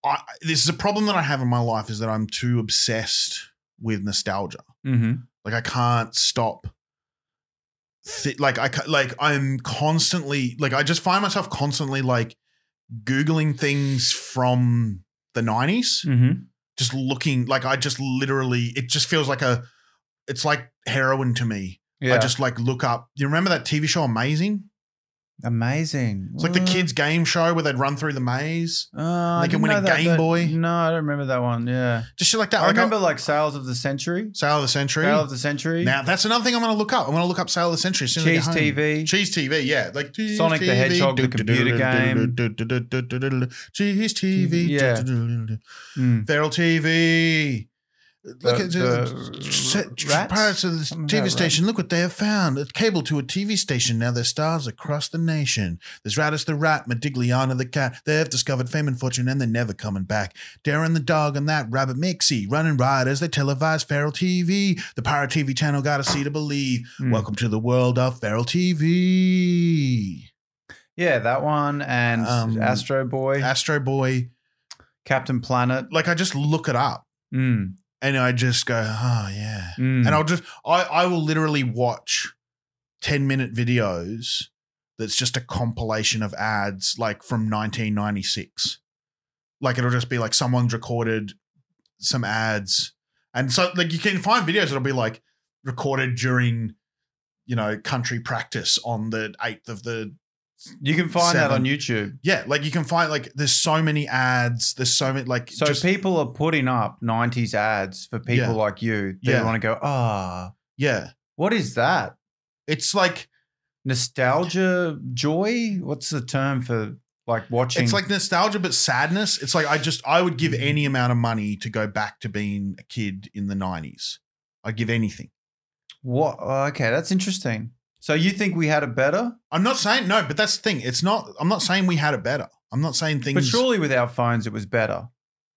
I this is a problem that I have in my life is that I'm too obsessed with nostalgia.
Mm-hmm.
Like I can't stop. Th- like I ca- like I'm constantly like I just find myself constantly like googling things from the 90s,
Mm-hmm.
just looking like I just literally it just feels like a it's like heroin to me.
Yeah.
I just like look up. You remember that TV show Amazing?
Amazing.
It's like the kids' game show where they'd run through the maze,
Uh, I
They
didn't
can win a
know that-
Game
that-
Boy.
No, I don't remember that one. Yeah.
just shit like that.
I
Like,
remember like Sales of the Century.
Sale of the Century.
Sale of the Century.
Now that's another thing I'm going to look up. I'm going to look up Sale of the Century. As soon
Cheese
as I get home.
TV.
Cheese TV, yeah, like Cheese
Sonic the
TV.
Hedgehog, the computer game.
Cheese TV,
Yeah. Mm.
Feral TV. Look
The-
at
the
the
rats?
pirates of the
Something
TV
about
station. Look what they have found. A cable to a TV station. Now there's stars across the nation. There's Ratus the rat, Medigliana the cat. They have discovered fame and fortune and they're never coming back. Darren the dog and that rabbit Mixie. Running riders, they televise Feral TV. The pirate TV channel got to see to believe.
Mm.
Welcome to the world of Feral TV.
Yeah, that one and
Um,
Astro Boy,
Astro Boy.
Captain Planet.
Like I just look it up
Mm.
and I just go, oh yeah.
Mm.
and I'll just I I will literally watch 10 minute videos that's just a compilation of ads like from 1996 like it'll just be like someone's recorded some ads and so like you can find videos that'll be like recorded during you know country practice on the 8th of the
you can find that
Seven.
on YouTube.
yeah like you can find like there's so many ads there's so many like
So
just
people are putting up 90s ads for people
Yeah.
like you that
Yeah.
want to go, ah,
yeah
what is that?
it's like
Nostalgia joy? What's the term for like watching?
It's like nostalgia, but sadness. It's like I just I would give any amount of money to go back to being a kid in the nineties. I'd give anything.
what? oh, okay, that's interesting. So you think we had it better?
I'm not saying no, but that's the thing. It's not. I'm not saying we had it better. I'm not saying
But
things
surely with our phones, it was better.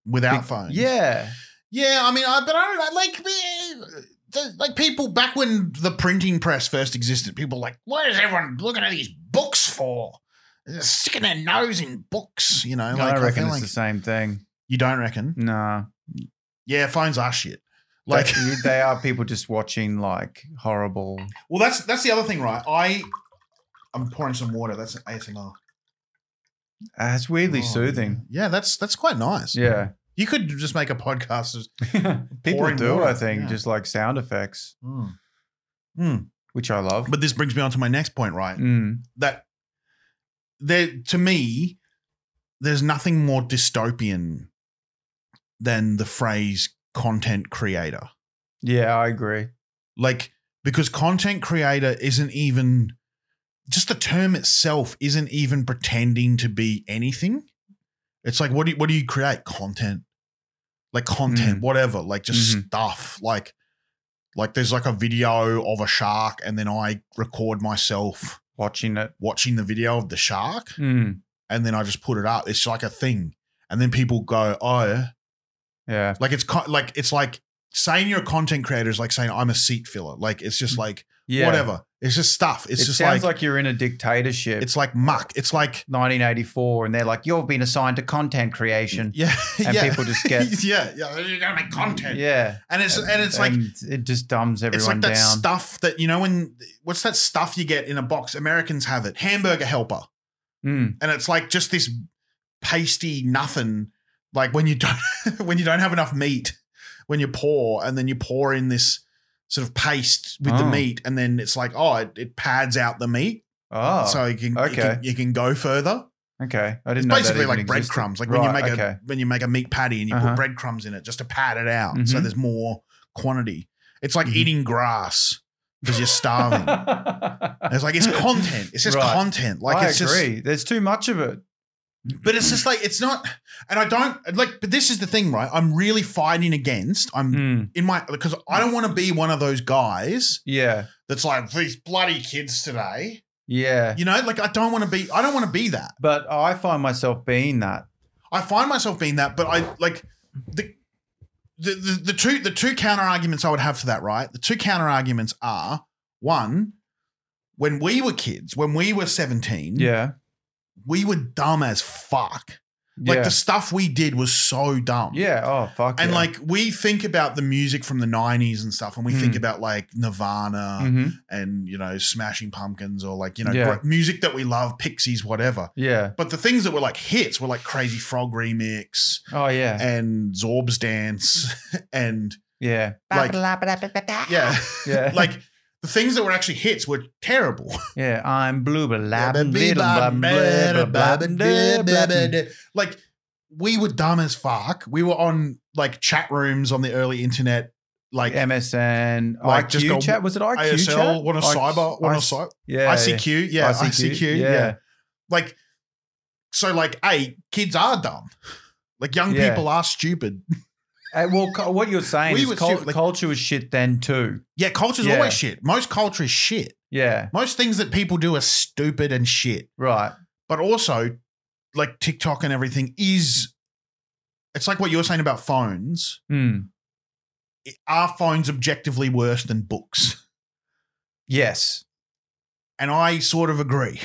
without
Be-
phones.
Yeah.
yeah. I mean, I, but I don't know. Like, eh, the- like people back when the printing press first existed, people were like, what is everyone looking at these books for? They're sticking their nose in books, you know.
No,
like
I reckon
feel
it's
like-
the same thing.
you don't reckon.
Nah.
Yeah, phones are shit. Like
they, they are people just watching like horrible.
Well, that's that's the other thing, right? I I'm pouring some water. That's an ASMR.
Uh, it's weirdly
Oh,
soothing.
Yeah, that's that's quite nice.
Yeah.
You could just make a podcast. As,
people
Pouring
do,
water,
I think,
yeah.
just like sound effects,
Mm.
which I love.
But this brings me on to my next point, right?
Mm.
That there to me, there's nothing more dystopian than the phrase content creator.
Yeah, I agree.
Like because content creator isn't even just the term itself isn't even pretending to be anything. It's like what do you, what do you create? Content. Like content, whatever, like just
Mhm.
stuff. Like like there's like a video of a shark and then I record myself
Watching it.
watching the video of the shark
Mm.
and then I just put it up. It's like a thing. And then people go, "Oh, yeah."
Yeah.
like it's co- like it's like saying you're a content creator is like saying I'm a seat filler. Like it's just like
Yeah.
whatever. It's just stuff. It's
it
just
sounds
like,
like, you're in a dictatorship.
it's like muck. It's like
1984, and they're like, "You've been assigned to content creation,"
yeah,
and
yeah.
people just get
yeah, yeah. You're gonna make content.
yeah,
And it's and it's like
And it just dumbs everyone
it's like that
down.
stuff that you know when what's that stuff you get in a box? Americans have it. Hamburger helper.
Mm.
And it's like just this pasty nothing. Like when you don't when you don't have enough meat, when you pour and then you pour in this sort of paste with the
Oh.
meat, and then it's like, oh, it, it pads out the meat.
Oh,
so you can, you
okay.
can you can go further.
okay. I didn't
It's
know that
basically
even
like
existed.
breadcrumbs. Like when
Right,
you make
okay.
a when you make a meat patty and you
Uh-huh.
put breadcrumbs in it just to pad it out, so
Mhm.
there's more quantity. It's like
Mhm.
eating grass because you're starving. And it's like it's content. It's just
Right.
content. Like
I
it's
agree. There's too much of it.
just, but it's just like it's not. And I don't like. But this is the thing, right? I'm really fighting against. I'm
Mm.
in my because I don't want to be one of those guys
Yeah,
that's like these bloody kids today.
yeah.
You know, like I don't want to be. I don't want to be that.
But I find myself being that.
I find myself being that, but I like the the the, the two the two counter arguments I would have for that, right? The two counter arguments are one, when we were kids, when we were 17,
Yeah,
we were dumb as fuck.
yeah,
Like the stuff we did was so dumb.
yeah. Oh fuck.
And
yeah.
like we think about the music from the 90s and stuff, and we think
Mm.
about like Nirvana
Mhm.
and you know, Smashing Pumpkins or like, you know,
Yeah.
gr- music that we love, Pixies, whatever.
yeah.
But the things that were like hits were like Crazy Frog remix,
Oh yeah,
and Zorb's dance and
yeah,
like yeah,
yeah.
like the things that were actually hits were terrible.
Yeah, I'm blue, but lab and little, blab, blab, blab, blab, blab.
like we were dumb as fuck. We were on like chat rooms on the early internet, like
MSN,
Like, just
IQ
go-
chat. Was it IQ
ASL,
chat?
one a
I-
cyber, one
I-
a cyber,
Yeah,
ICQ, yeah, ICQ, yeah. Like so, like hey, kids are dumb. Like young
Yeah.
people are stupid.
Uh, well, cu- what you're saying
We
is
were
cul-
stupid, like-
culture was shit then too.
Yeah, culture's
Yeah.
always shit. Most culture is shit.
Yeah,
Most things that people do are stupid and shit.
right.
but also like TikTok and everything is it's like what you're saying about phones.
Hmm.
Are phones objectively worse than books?
Yes.
And I sort of agree.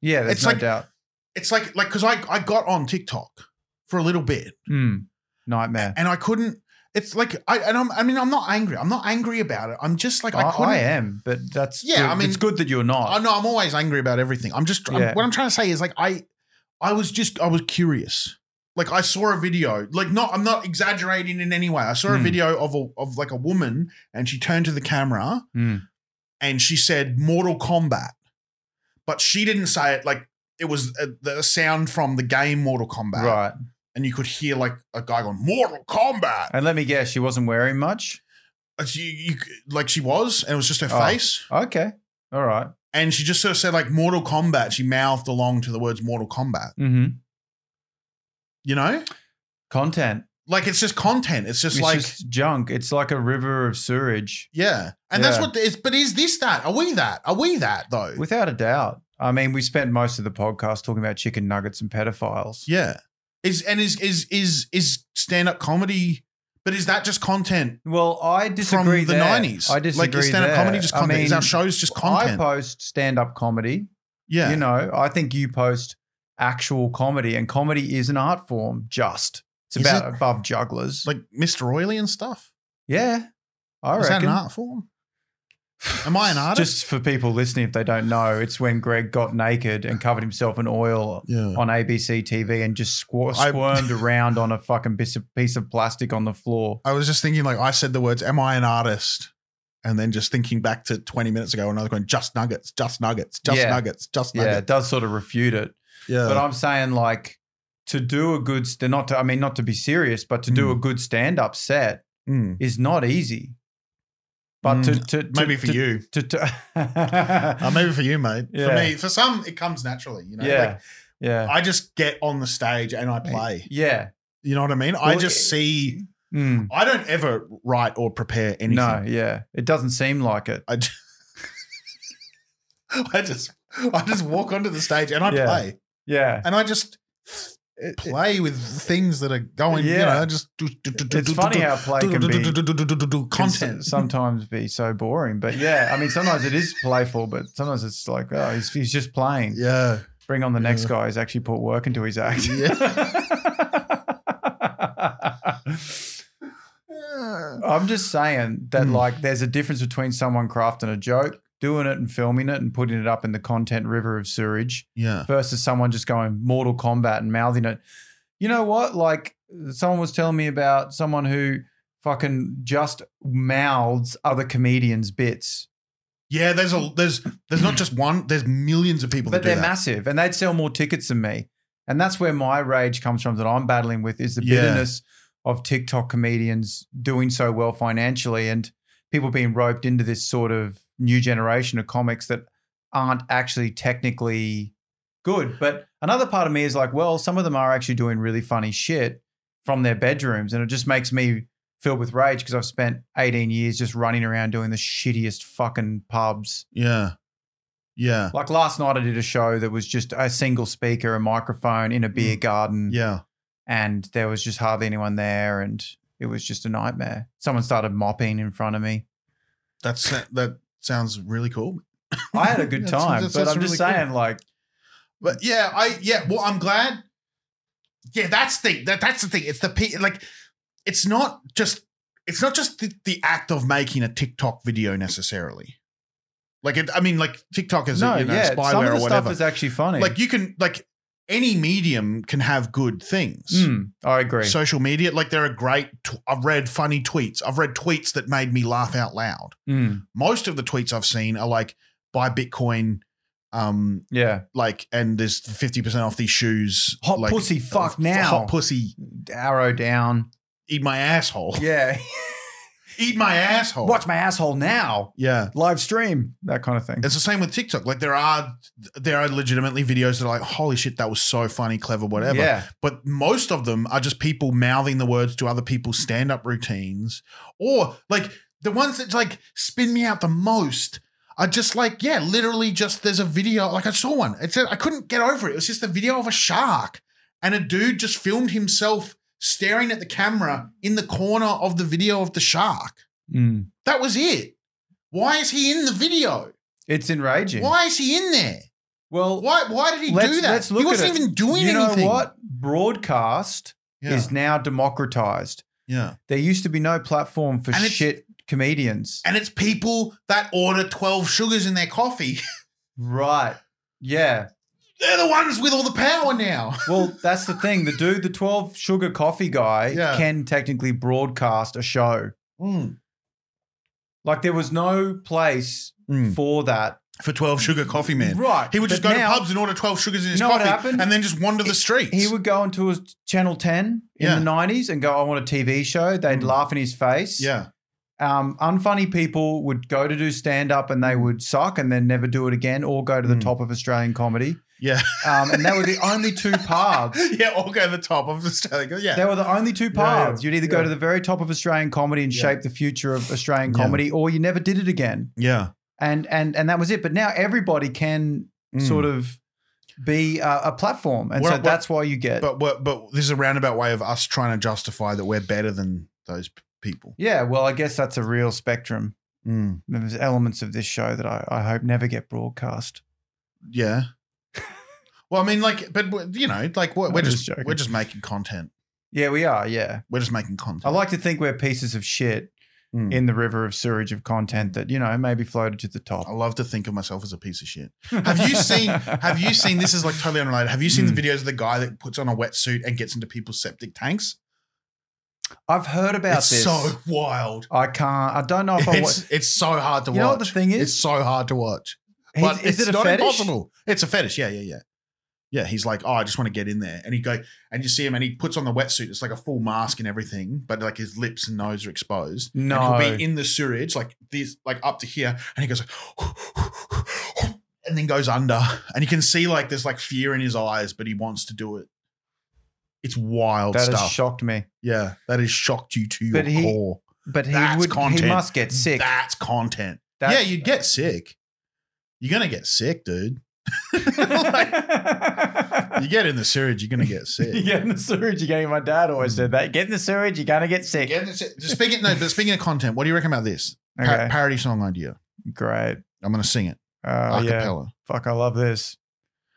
Yeah, there's
It's
no
like-
doubt.
It's like like because I I got on TikTok for a little bit
Hmm. Nightmare.
and I couldn't. It's like I and I'm, I mean I'm not angry. I'm not angry about it. I'm just like
I,
I couldn't.
I am, but that's
Yeah,
Good.
I mean-
it's good that you're
I
not.
know I'm always angry about everything. I'm just I'm-
Yeah.
what I'm trying to say is like I I was just I was curious. Like I saw a video, like not I'm not exaggerating in any way. I saw a
Hmm.
video of a of like a woman and she turned to the camera
Hmm.
and she said Mortal Kombat. But she didn't say it like it was a, the sound from the game Mortal Kombat.
Right.
And you could hear like a guy going Mortal Kombat.
And let me guess, she wasn't wearing much.
It's- you- you- like she was and it was just her
Oh.
face.
Okay. All right.
And she just sort of said like Mortal Kombat. She mouthed along to the words Mortal Kombat.
Mm-hmm.
you know
Content.
like it's just content it's just
it's
like
just junk. It's like a river of sewage,
yeah and that's
Yeah.
what is but is this that are we that are we that though
without a doubt. I mean, we spent most of the podcast talking about chicken nuggets and pedophiles.
yeah is and is is is is stand-up comedy but is that just content
Well, I disagree.
from the
there.
90s
I disagree.
like is stand-up
there.
comedy just content
I mean,
is our shows just content
I post stand-up comedy.
yeah
You know, I think you post actual comedy, and comedy is an art form. Just it's
Is
about above jugglers.
like mr oily and stuff
yeah, I
is that
reckon.
an art form am i an artist
Just for people listening, if they don't know, it's when Greg got naked and covered himself in oil
yeah
on ABC TV and just squir-
I-
squirmed around on a fucking piece of, piece of plastic on the floor.
i was just thinking like i said the words am i an artist and then just thinking back to 20 minutes ago and i was going just nuggets just nuggets just
Yeah.
nuggets just
Yeah, it
nuggets
does sort of refute it.
yeah
But I'm saying like to do a good st- not to, I mean not to be serious, but to do
Mm.
a good stand up set
Mm.
is not easy. But to,
Mm,
to, to
maybe for
to,
you.
to, to
Uh, maybe for you, mate. For
Yeah.
me, for some, it comes naturally. You know,
yeah,
Like,
yeah,
I just get on the stage and I play.
yeah.
You know what I mean? I
Well,
just
it-
see.
Mm.
I don't ever write or prepare anything.
No, yeah, it doesn't seem like it.
I, j- I just, I just walk onto the stage and I
Yeah.
play,
Yeah,
and I just
It- it-
play with things that are going, you
Yeah.
know, just do, do, do, do,
it's
do,
funny
do,
how play
do,
can
do,
be
do, do, do, do, do, do, do,
can
content.
s- sometimes be so boring. But yeah, I mean, sometimes it is playful, but sometimes it's like, oh, he's, he's just playing.
Yeah.
Bring on the next
Yeah.
guy who's actually put work into his act. I'm just saying that,
Hmm.
like, there's a difference between someone crafting a joke, doing it and filming it and putting it up in the content river of sewage
Yeah.
versus someone just going Mortal Kombat and mouthing it. You know what? Like someone was telling me about someone who fucking just mouths other comedians' bits,
Yeah, there's a there's there's not just one, there's millions of people
but
that do
they're
that.
massive and they'd sell more tickets than me. And that's where my rage comes from that I'm battling with is the
Yeah.
bitterness of TikTok comedians doing so well financially and people being roped into this sort of new generation of comics that aren't actually technically good. But another part of me is like, well, some of them are actually doing really funny shit from their bedrooms. And it just makes me filled with rage because I've spent 18 years just running around doing the shittiest fucking pubs.
yeah. Yeah.
Like last night, I did a show that was just a single speaker, a microphone in a beer garden,
Mm. Yeah.
and there was just hardly anyone there, and it was just a nightmare. Someone started mopping in front of me.
That's that sounds really cool.
I had a good
That sounds-
time,
that
but
sounds
I'm just
really cool.
saying, like,
But yeah, I yeah, well, I'm glad. Yeah, that's the that that's the thing. It's the pe- like, it's not just it's not just the, the act of making a TikTok video necessarily. Like, it, I mean, like TikTok is
no,
you know,
yeah,
spyware
some of the
or
stuff
whatever.
is actually funny.
like you can like any medium can have good things.
Mm, I agree.
Social media, like there are great. Tw- I've read funny tweets. I've read tweets that made me laugh out loud.
Mm,
Most of the tweets I've seen are like buy Bitcoin, um,
yeah,
like and there's 50% off these shoes
uh, Hot
like,
pussy, fuck
f-
now.
hot pussy
arrow down.
eat my asshole
Yeah,
eat my asshole
watch my asshole now.
yeah
Live stream, that kind of thing.
it's the same with tiktok like there are there are legitimately videos that are like holy shit that was so funny clever whatever
Yeah,
but most of them are just people mouthing the words to other people's stand-up routines or like the ones that like spin me out the most are just like yeah literally just there's a video like i saw one it said i couldn't get over it it was just a video of a shark and a dude just filmed himself staring at the camera in the corner of the video of the shark
Mm.
that was it why is he in the video
it's enraging.
why is he in there
Well,
why why did he
Let's-
do that
let's look
he
at
wasn't
it.
even doing
you know
anything
what? Broadcast
yeah
is now democratized.
yeah
There used to be no platform for
And it's-
shit comedians.
and it's people that order 12 sugars in their coffee.
Right. Yeah.
They're the ones with all the power now.
Well, that's the thing. The dude, the 12 sugar coffee guy,
Yeah.
can technically broadcast a show. Hmm. Like there was no place for that.
For 12 sugar coffee Hmm. man.
Right.
He would just
But
go
now,
to pubs and order 12 sugars in his
know what
coffee
happened?
and then just wander the streets.
He would go into his channel 10 in
Yeah.
the 90s and go, I want a TV show. They'd
Mm.
laugh in his face.
yeah.
um, unfunny people would go to do stand up and they would suck and then never do it again or go to the
Mm.
top of Australian comedy.
Yeah.
Um, and they were the only two paths.
yeah, or go to the top of the state. Yeah.
They were the only two
Yeah, yeah,
paths. You'd either go
yeah.
to the very top of Australian comedy and
Yeah.
shape the future of Australian
Yeah.
comedy or you never did it again.
yeah.
And and and that was it. But now everybody can sort of be a, a platform. And
Hmm. What-
so
what-
that's why you get.
But, but but this is a roundabout way of us trying to justify that we're better than those p- people.
yeah, well, I guess that's a real spectrum.
Mm.
There's elements of this show that I, I hope never get broadcast.
Yeah. well, I mean, like, but we- you know, like we're, we're
I'm just
just
joking.
we're just making content.
Yeah, we are. Yeah.
We're just making content.
I like to think we're pieces of shit
Mm.
in the river of sewage of content that you know maybe floated to the
I
top.
love to think of myself as a piece of shit. Have you seen? Have you seen? This is like totally unrelated. Have you seen
Hmm.
the videos of the guy that puts on a wetsuit and gets into people's septic tanks?
I've heard about
it's
this.
so wild.
I can't. I don't know if I.
It's
Wa-
it's so hard to
you know what the
watch.
thing
It's
is?
so hard to watch.
He's-
But
is
it's
it a
not
fetish?
impossible. It's a fetish. Yeah, yeah, yeah. Yeah, he's like, oh, I just want to get in there, and he go, and you see him, and he puts on the wetsuit. It's like a full mask and everything, but like his lips and nose are exposed.
No.
And he'll be in the sewage, like this, like up to here, and he goes like, and then goes under, and you can see like there's like fear in his eyes, but he wants to do it. It's wild
that
stuff.
has shocked me.
yeah, that has shocked you to your
But he-
core.
But he
That's
would. He
content.
must get sick.
That's content.
That-
yeah, you'd get sick. You're gonna get sick, dude. Like, you get in the sewage, you're gonna get sick.
you get in the sewage, you're going. My dad always said that. Get in the sewage, you're gonna get sick.
Get in the se- Just speaking, no, but speaking of content, what do you reckon about this Pa-
okay,
parody song idea?
great.
I'm gonna sing it
Uh,
a
yeah,
cappella.
fuck, I love this.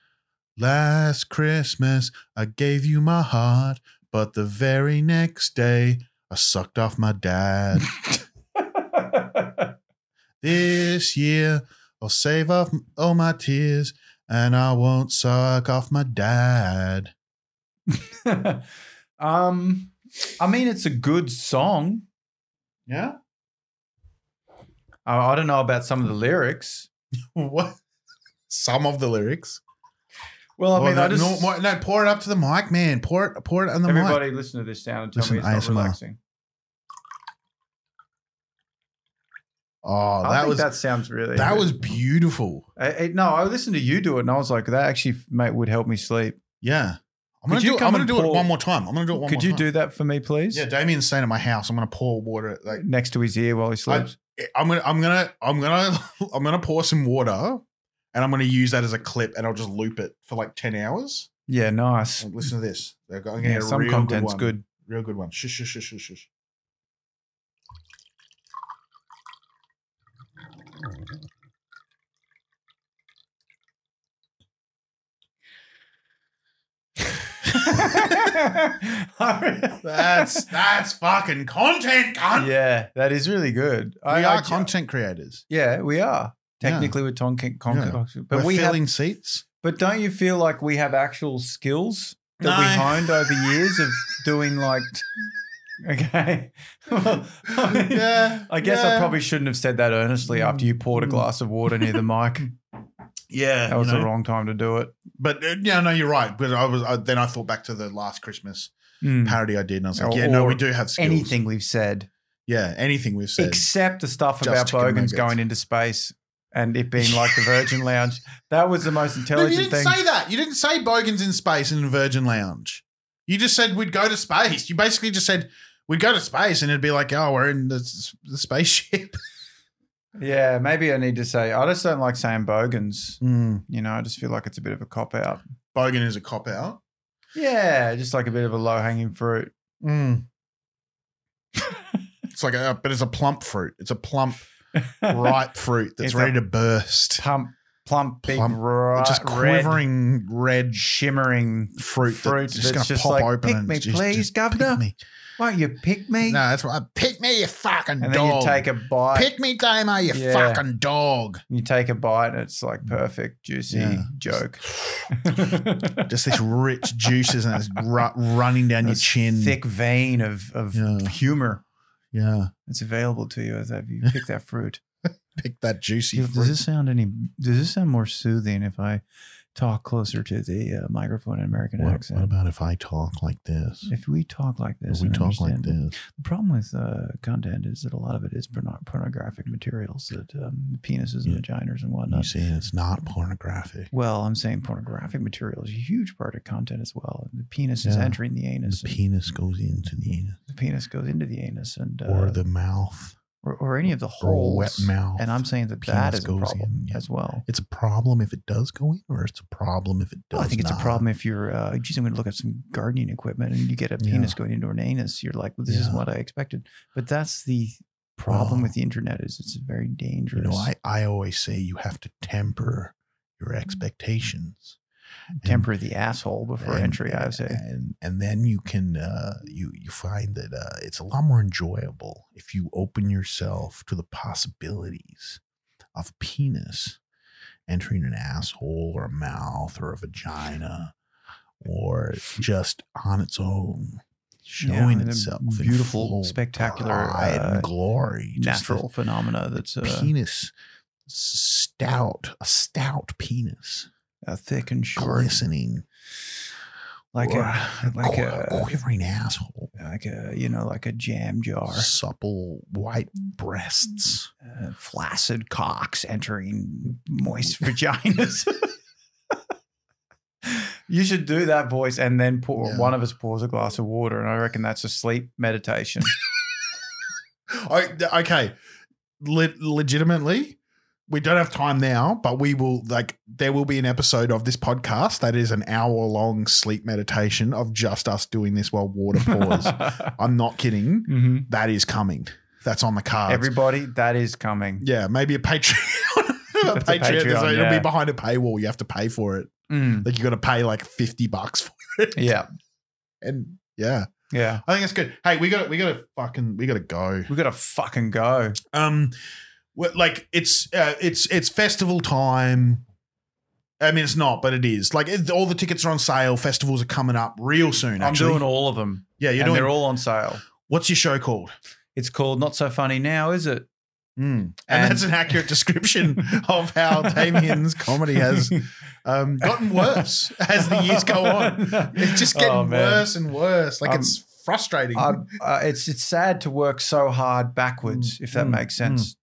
Last Christmas, I gave you my heart, but the very next day, I sucked off my dad. This year, I'll save up all my tears and I won't suck off my dad.
um, I mean, it's a good song.
Yeah?
I, I don't know about some of the lyrics.
What? Some of the lyrics.
Well, I
Oh,
mean,
no,
I just
no, more- no, pour it up to the mic, man. Pour it, pour it on the mic.
everybody listen to this sound and tell
Listen,
me it's
ASMR.
not relaxing.
Oh,
I
that
think
was
that sounds really
that
good.
was beautiful.
I- I- no, I listened to you do it, and I was like, that actually, mate, would help me sleep.
Yeah.
Could
I'm gonna
you
do it,
come
I'm gonna
and
do it
pour-
one more time. I'm gonna do it one
Could
more
you
time.
do that for me, please?
Yeah, Damien's staying at my house. I'm gonna pour water like
Next to his ear while he sleeps.
I'm gonna I'm gonna I'm gonna I'm gonna pour some water and I'm gonna use that as a clip and I'll just loop it for like 10 hours.
yeah, nice.
And Listen to this. They're going to
Yeah,
get a
some
real
content's
good, one.
good.
Real good one. Shush, shush, shush, shush, shush. That's that's fucking content, cunt.
yeah, that is really good.
We are content creators.
Yeah, we are.
Yeah.
Technically, we're ton- con- con-
Yeah.
but
We're
we have
filling seats.
But don't you feel like we have actual skills that we
No.
honed over years of doing like okay. Well, I, mean,
yeah.
I guess I
yeah.
probably shouldn't have said that earnestly after you poured a
Mm.
glass of water near the mic.
Yeah.
That was
you know.
the wrong time to do it.
But uh, yeah, no, you're right. But I was I, then I thought back to the last Christmas
Mm.
parody I did, and I was like,
Or-
yeah, no,
or
we do have skills.
Anything we've said,
Yeah, anything we've said.
except the stuff
Just
about
chicken
Bogan's
nuggets.
going into space and it being like the Virgin Lounge. That was the most
No, you
intelligent
didn't
thing.
say that. You didn't say Bogan's in space and Virgin Lounge. You just said we'd go to space. You basically just said we'd go to space, and it'd be like, oh, we're in the, s- the spaceship.
Yeah, maybe I need to say. I just don't like saying Bogan's.
Hmm.
You know, I just feel like it's a bit of a cop out.
Bogan is a cop out.
Yeah, just like a bit of a low hanging fruit.
Hmm. it's like a, but it's a plump fruit. It's a plump, ripe fruit that's
It's
ready
a-
to burst.
Plump, plump, big,
Plump,
ri-
just
red,
quivering red,
shimmering
fruit,
fruit
that's just going
that's
to
just
pop
like,
open.
"Pick
and
me,
just-
please,
just
governor."
Pick me.
Won't you pick me?
No, that's right. Pick me, you fucking
and then
dog.
you take a bite.
Pick me, Damo, you
Yeah.
fucking dog.
you take a bite, and it's like perfect, juicy
Yeah.
joke.
just this rich juices and it's ru- running down your
This
chin.
thick vein of of
Yeah.
humor.
Yeah,
It's available to you as if you pick that fruit.
pick that juicy.
Does
fruit.
this sound any? Does this sound more soothing if I talk closer to the uh, microphone in American
what,
accent?
what about if I talk like this?
If we talk like this,
If we
and
talk like
understand-
this,
The problem with uh, content is that a lot of it is porno- pornographic materials, that um, penises and
Yeah.
vaginas and
you
whatnot.
see, it's not pornographic.
Well, I'm saying pornographic material is a huge part of content as well. The penis is
Yeah.
entering the anus.
The
and
penis goes into the anus,
the penis goes into the anus, and uh,
or the mouth,
or, or any of the
or a
holes.
wet mouth.
And I'm saying that
Penis
that is a
goes
problem
in, yeah.
as well.
it's a problem if it does go in, or it's a problem if it does.
Well, Oh, I think it's
not?
a problem if you're, uh, geez, I'm going to look at some gardening equipment and you get a
Yeah.
penis going into an anus. You're like, well, this isn't
Yeah.
what I expected. But that's the problem
Well,
with the internet is it's very
You
dangerous.
know, I, I always say you have to temper your
Mm-hmm.
expectations. And-
temper the asshole before entry. I would say.
and and then you can uh, you you find that uh, it's a lot more enjoyable if you open yourself to the possibilities of a penis entering an asshole or a mouth or a vagina or just on its own
Yeah,
showing
and a
itself in
beautiful,
full
spectacular,
pride
uh,
and glory Just the-
Natural phenomena that's
the
uh,
penis s- stout a stout penis
uh, thick and short,
glistening
like
or
a like
qu-
a
quivering asshole
like a you know like a jam jar,
supple white breasts.
uh, flaccid cocks entering moist vaginas. You should do that voice, and then pour
Yeah.
one of us pours a glass of water, and I reckon that's a sleep meditation.
I, okay, Le- legitimately, we don't have time now, but we will like there will be an episode of this podcast that is an hour long sleep meditation of just us doing this while water pours. I'm not kidding.
Mhm.
That is coming. That's on the cards.
Everybody, that is coming.
yeah, maybe a Patreon. a
That's a
Patreon, episode.
Patreon,
It'll
yeah.
be behind a paywall. You have to pay for it.
Mm.
Like you got to pay like fifty bucks for
Yeah.
it. And yeah,
Yeah.
I think it's good. Hey, we got we got to fucking we got to go.
We gotta fucking go.
um wh- like it's uh, it's it's festival time i mean it's not but it is like it, all the tickets are on sale festivals are coming up real soon
I'm
actually
doing all of them.
yeah you're
and
doing
they're all on sale.
what's your show called
It's called Not So Funny Now, is it?
Mm.
Hmm.
And,
And-
that's an accurate description of how Damien's comedy has um, gotten worse as the years go on. It's just getting
Oh, man.
worse and worse. Like
Um,
it's frustrating.
I, uh, it's it's sad to work so hard backwards, if that
mm,
makes sense.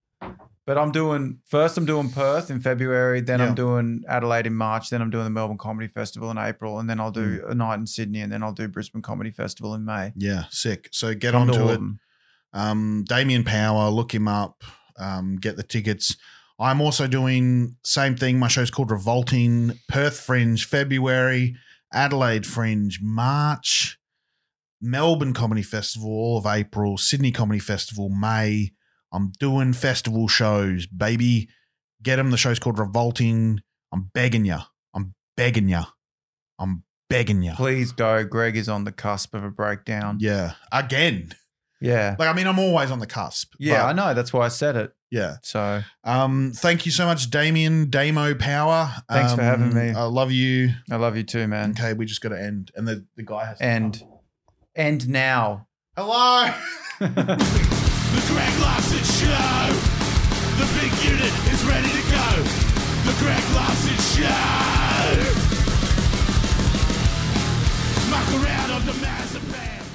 But I'm doing first. I'm doing Perth in February. Then
Yeah.
I'm doing Adelaide in March. Then I'm doing the Melbourne Comedy Festival in April, and then I'll do
Mm.
a night in Sydney, and then I'll do Brisbane Comedy Festival in May.
yeah, sick. So get
Come to
onto
all
it.
of them.
um, Damien Power, look him up, um, get the tickets. I'm also doing same thing. My show's called Revolting. Perth Fringe, February. Adelaide Fringe, March. Melbourne Comedy Festival, all of April. Sydney Comedy Festival, May. I'm doing festival shows, baby. Get them. The show's called Revolting. I'm begging you. I'm begging you. I'm begging you.
Please go. Greg is on the cusp of a breakdown. Yeah,
Yeah. Again. Like, I mean, I'm always on the cusp.
yeah.
but-
I know. That's why I said it.
yeah.
So
Um, thank you so much, Damien Damo Power.
Thanks for
Um,
having me.
I love you.
I love you too, man.
Okay, we just got to end, and the, the guy has to
And and now.
Hello.
The Greg Larson Show. The big unit is ready to go. The Greg Larson Show. Muck around on the Mazepam.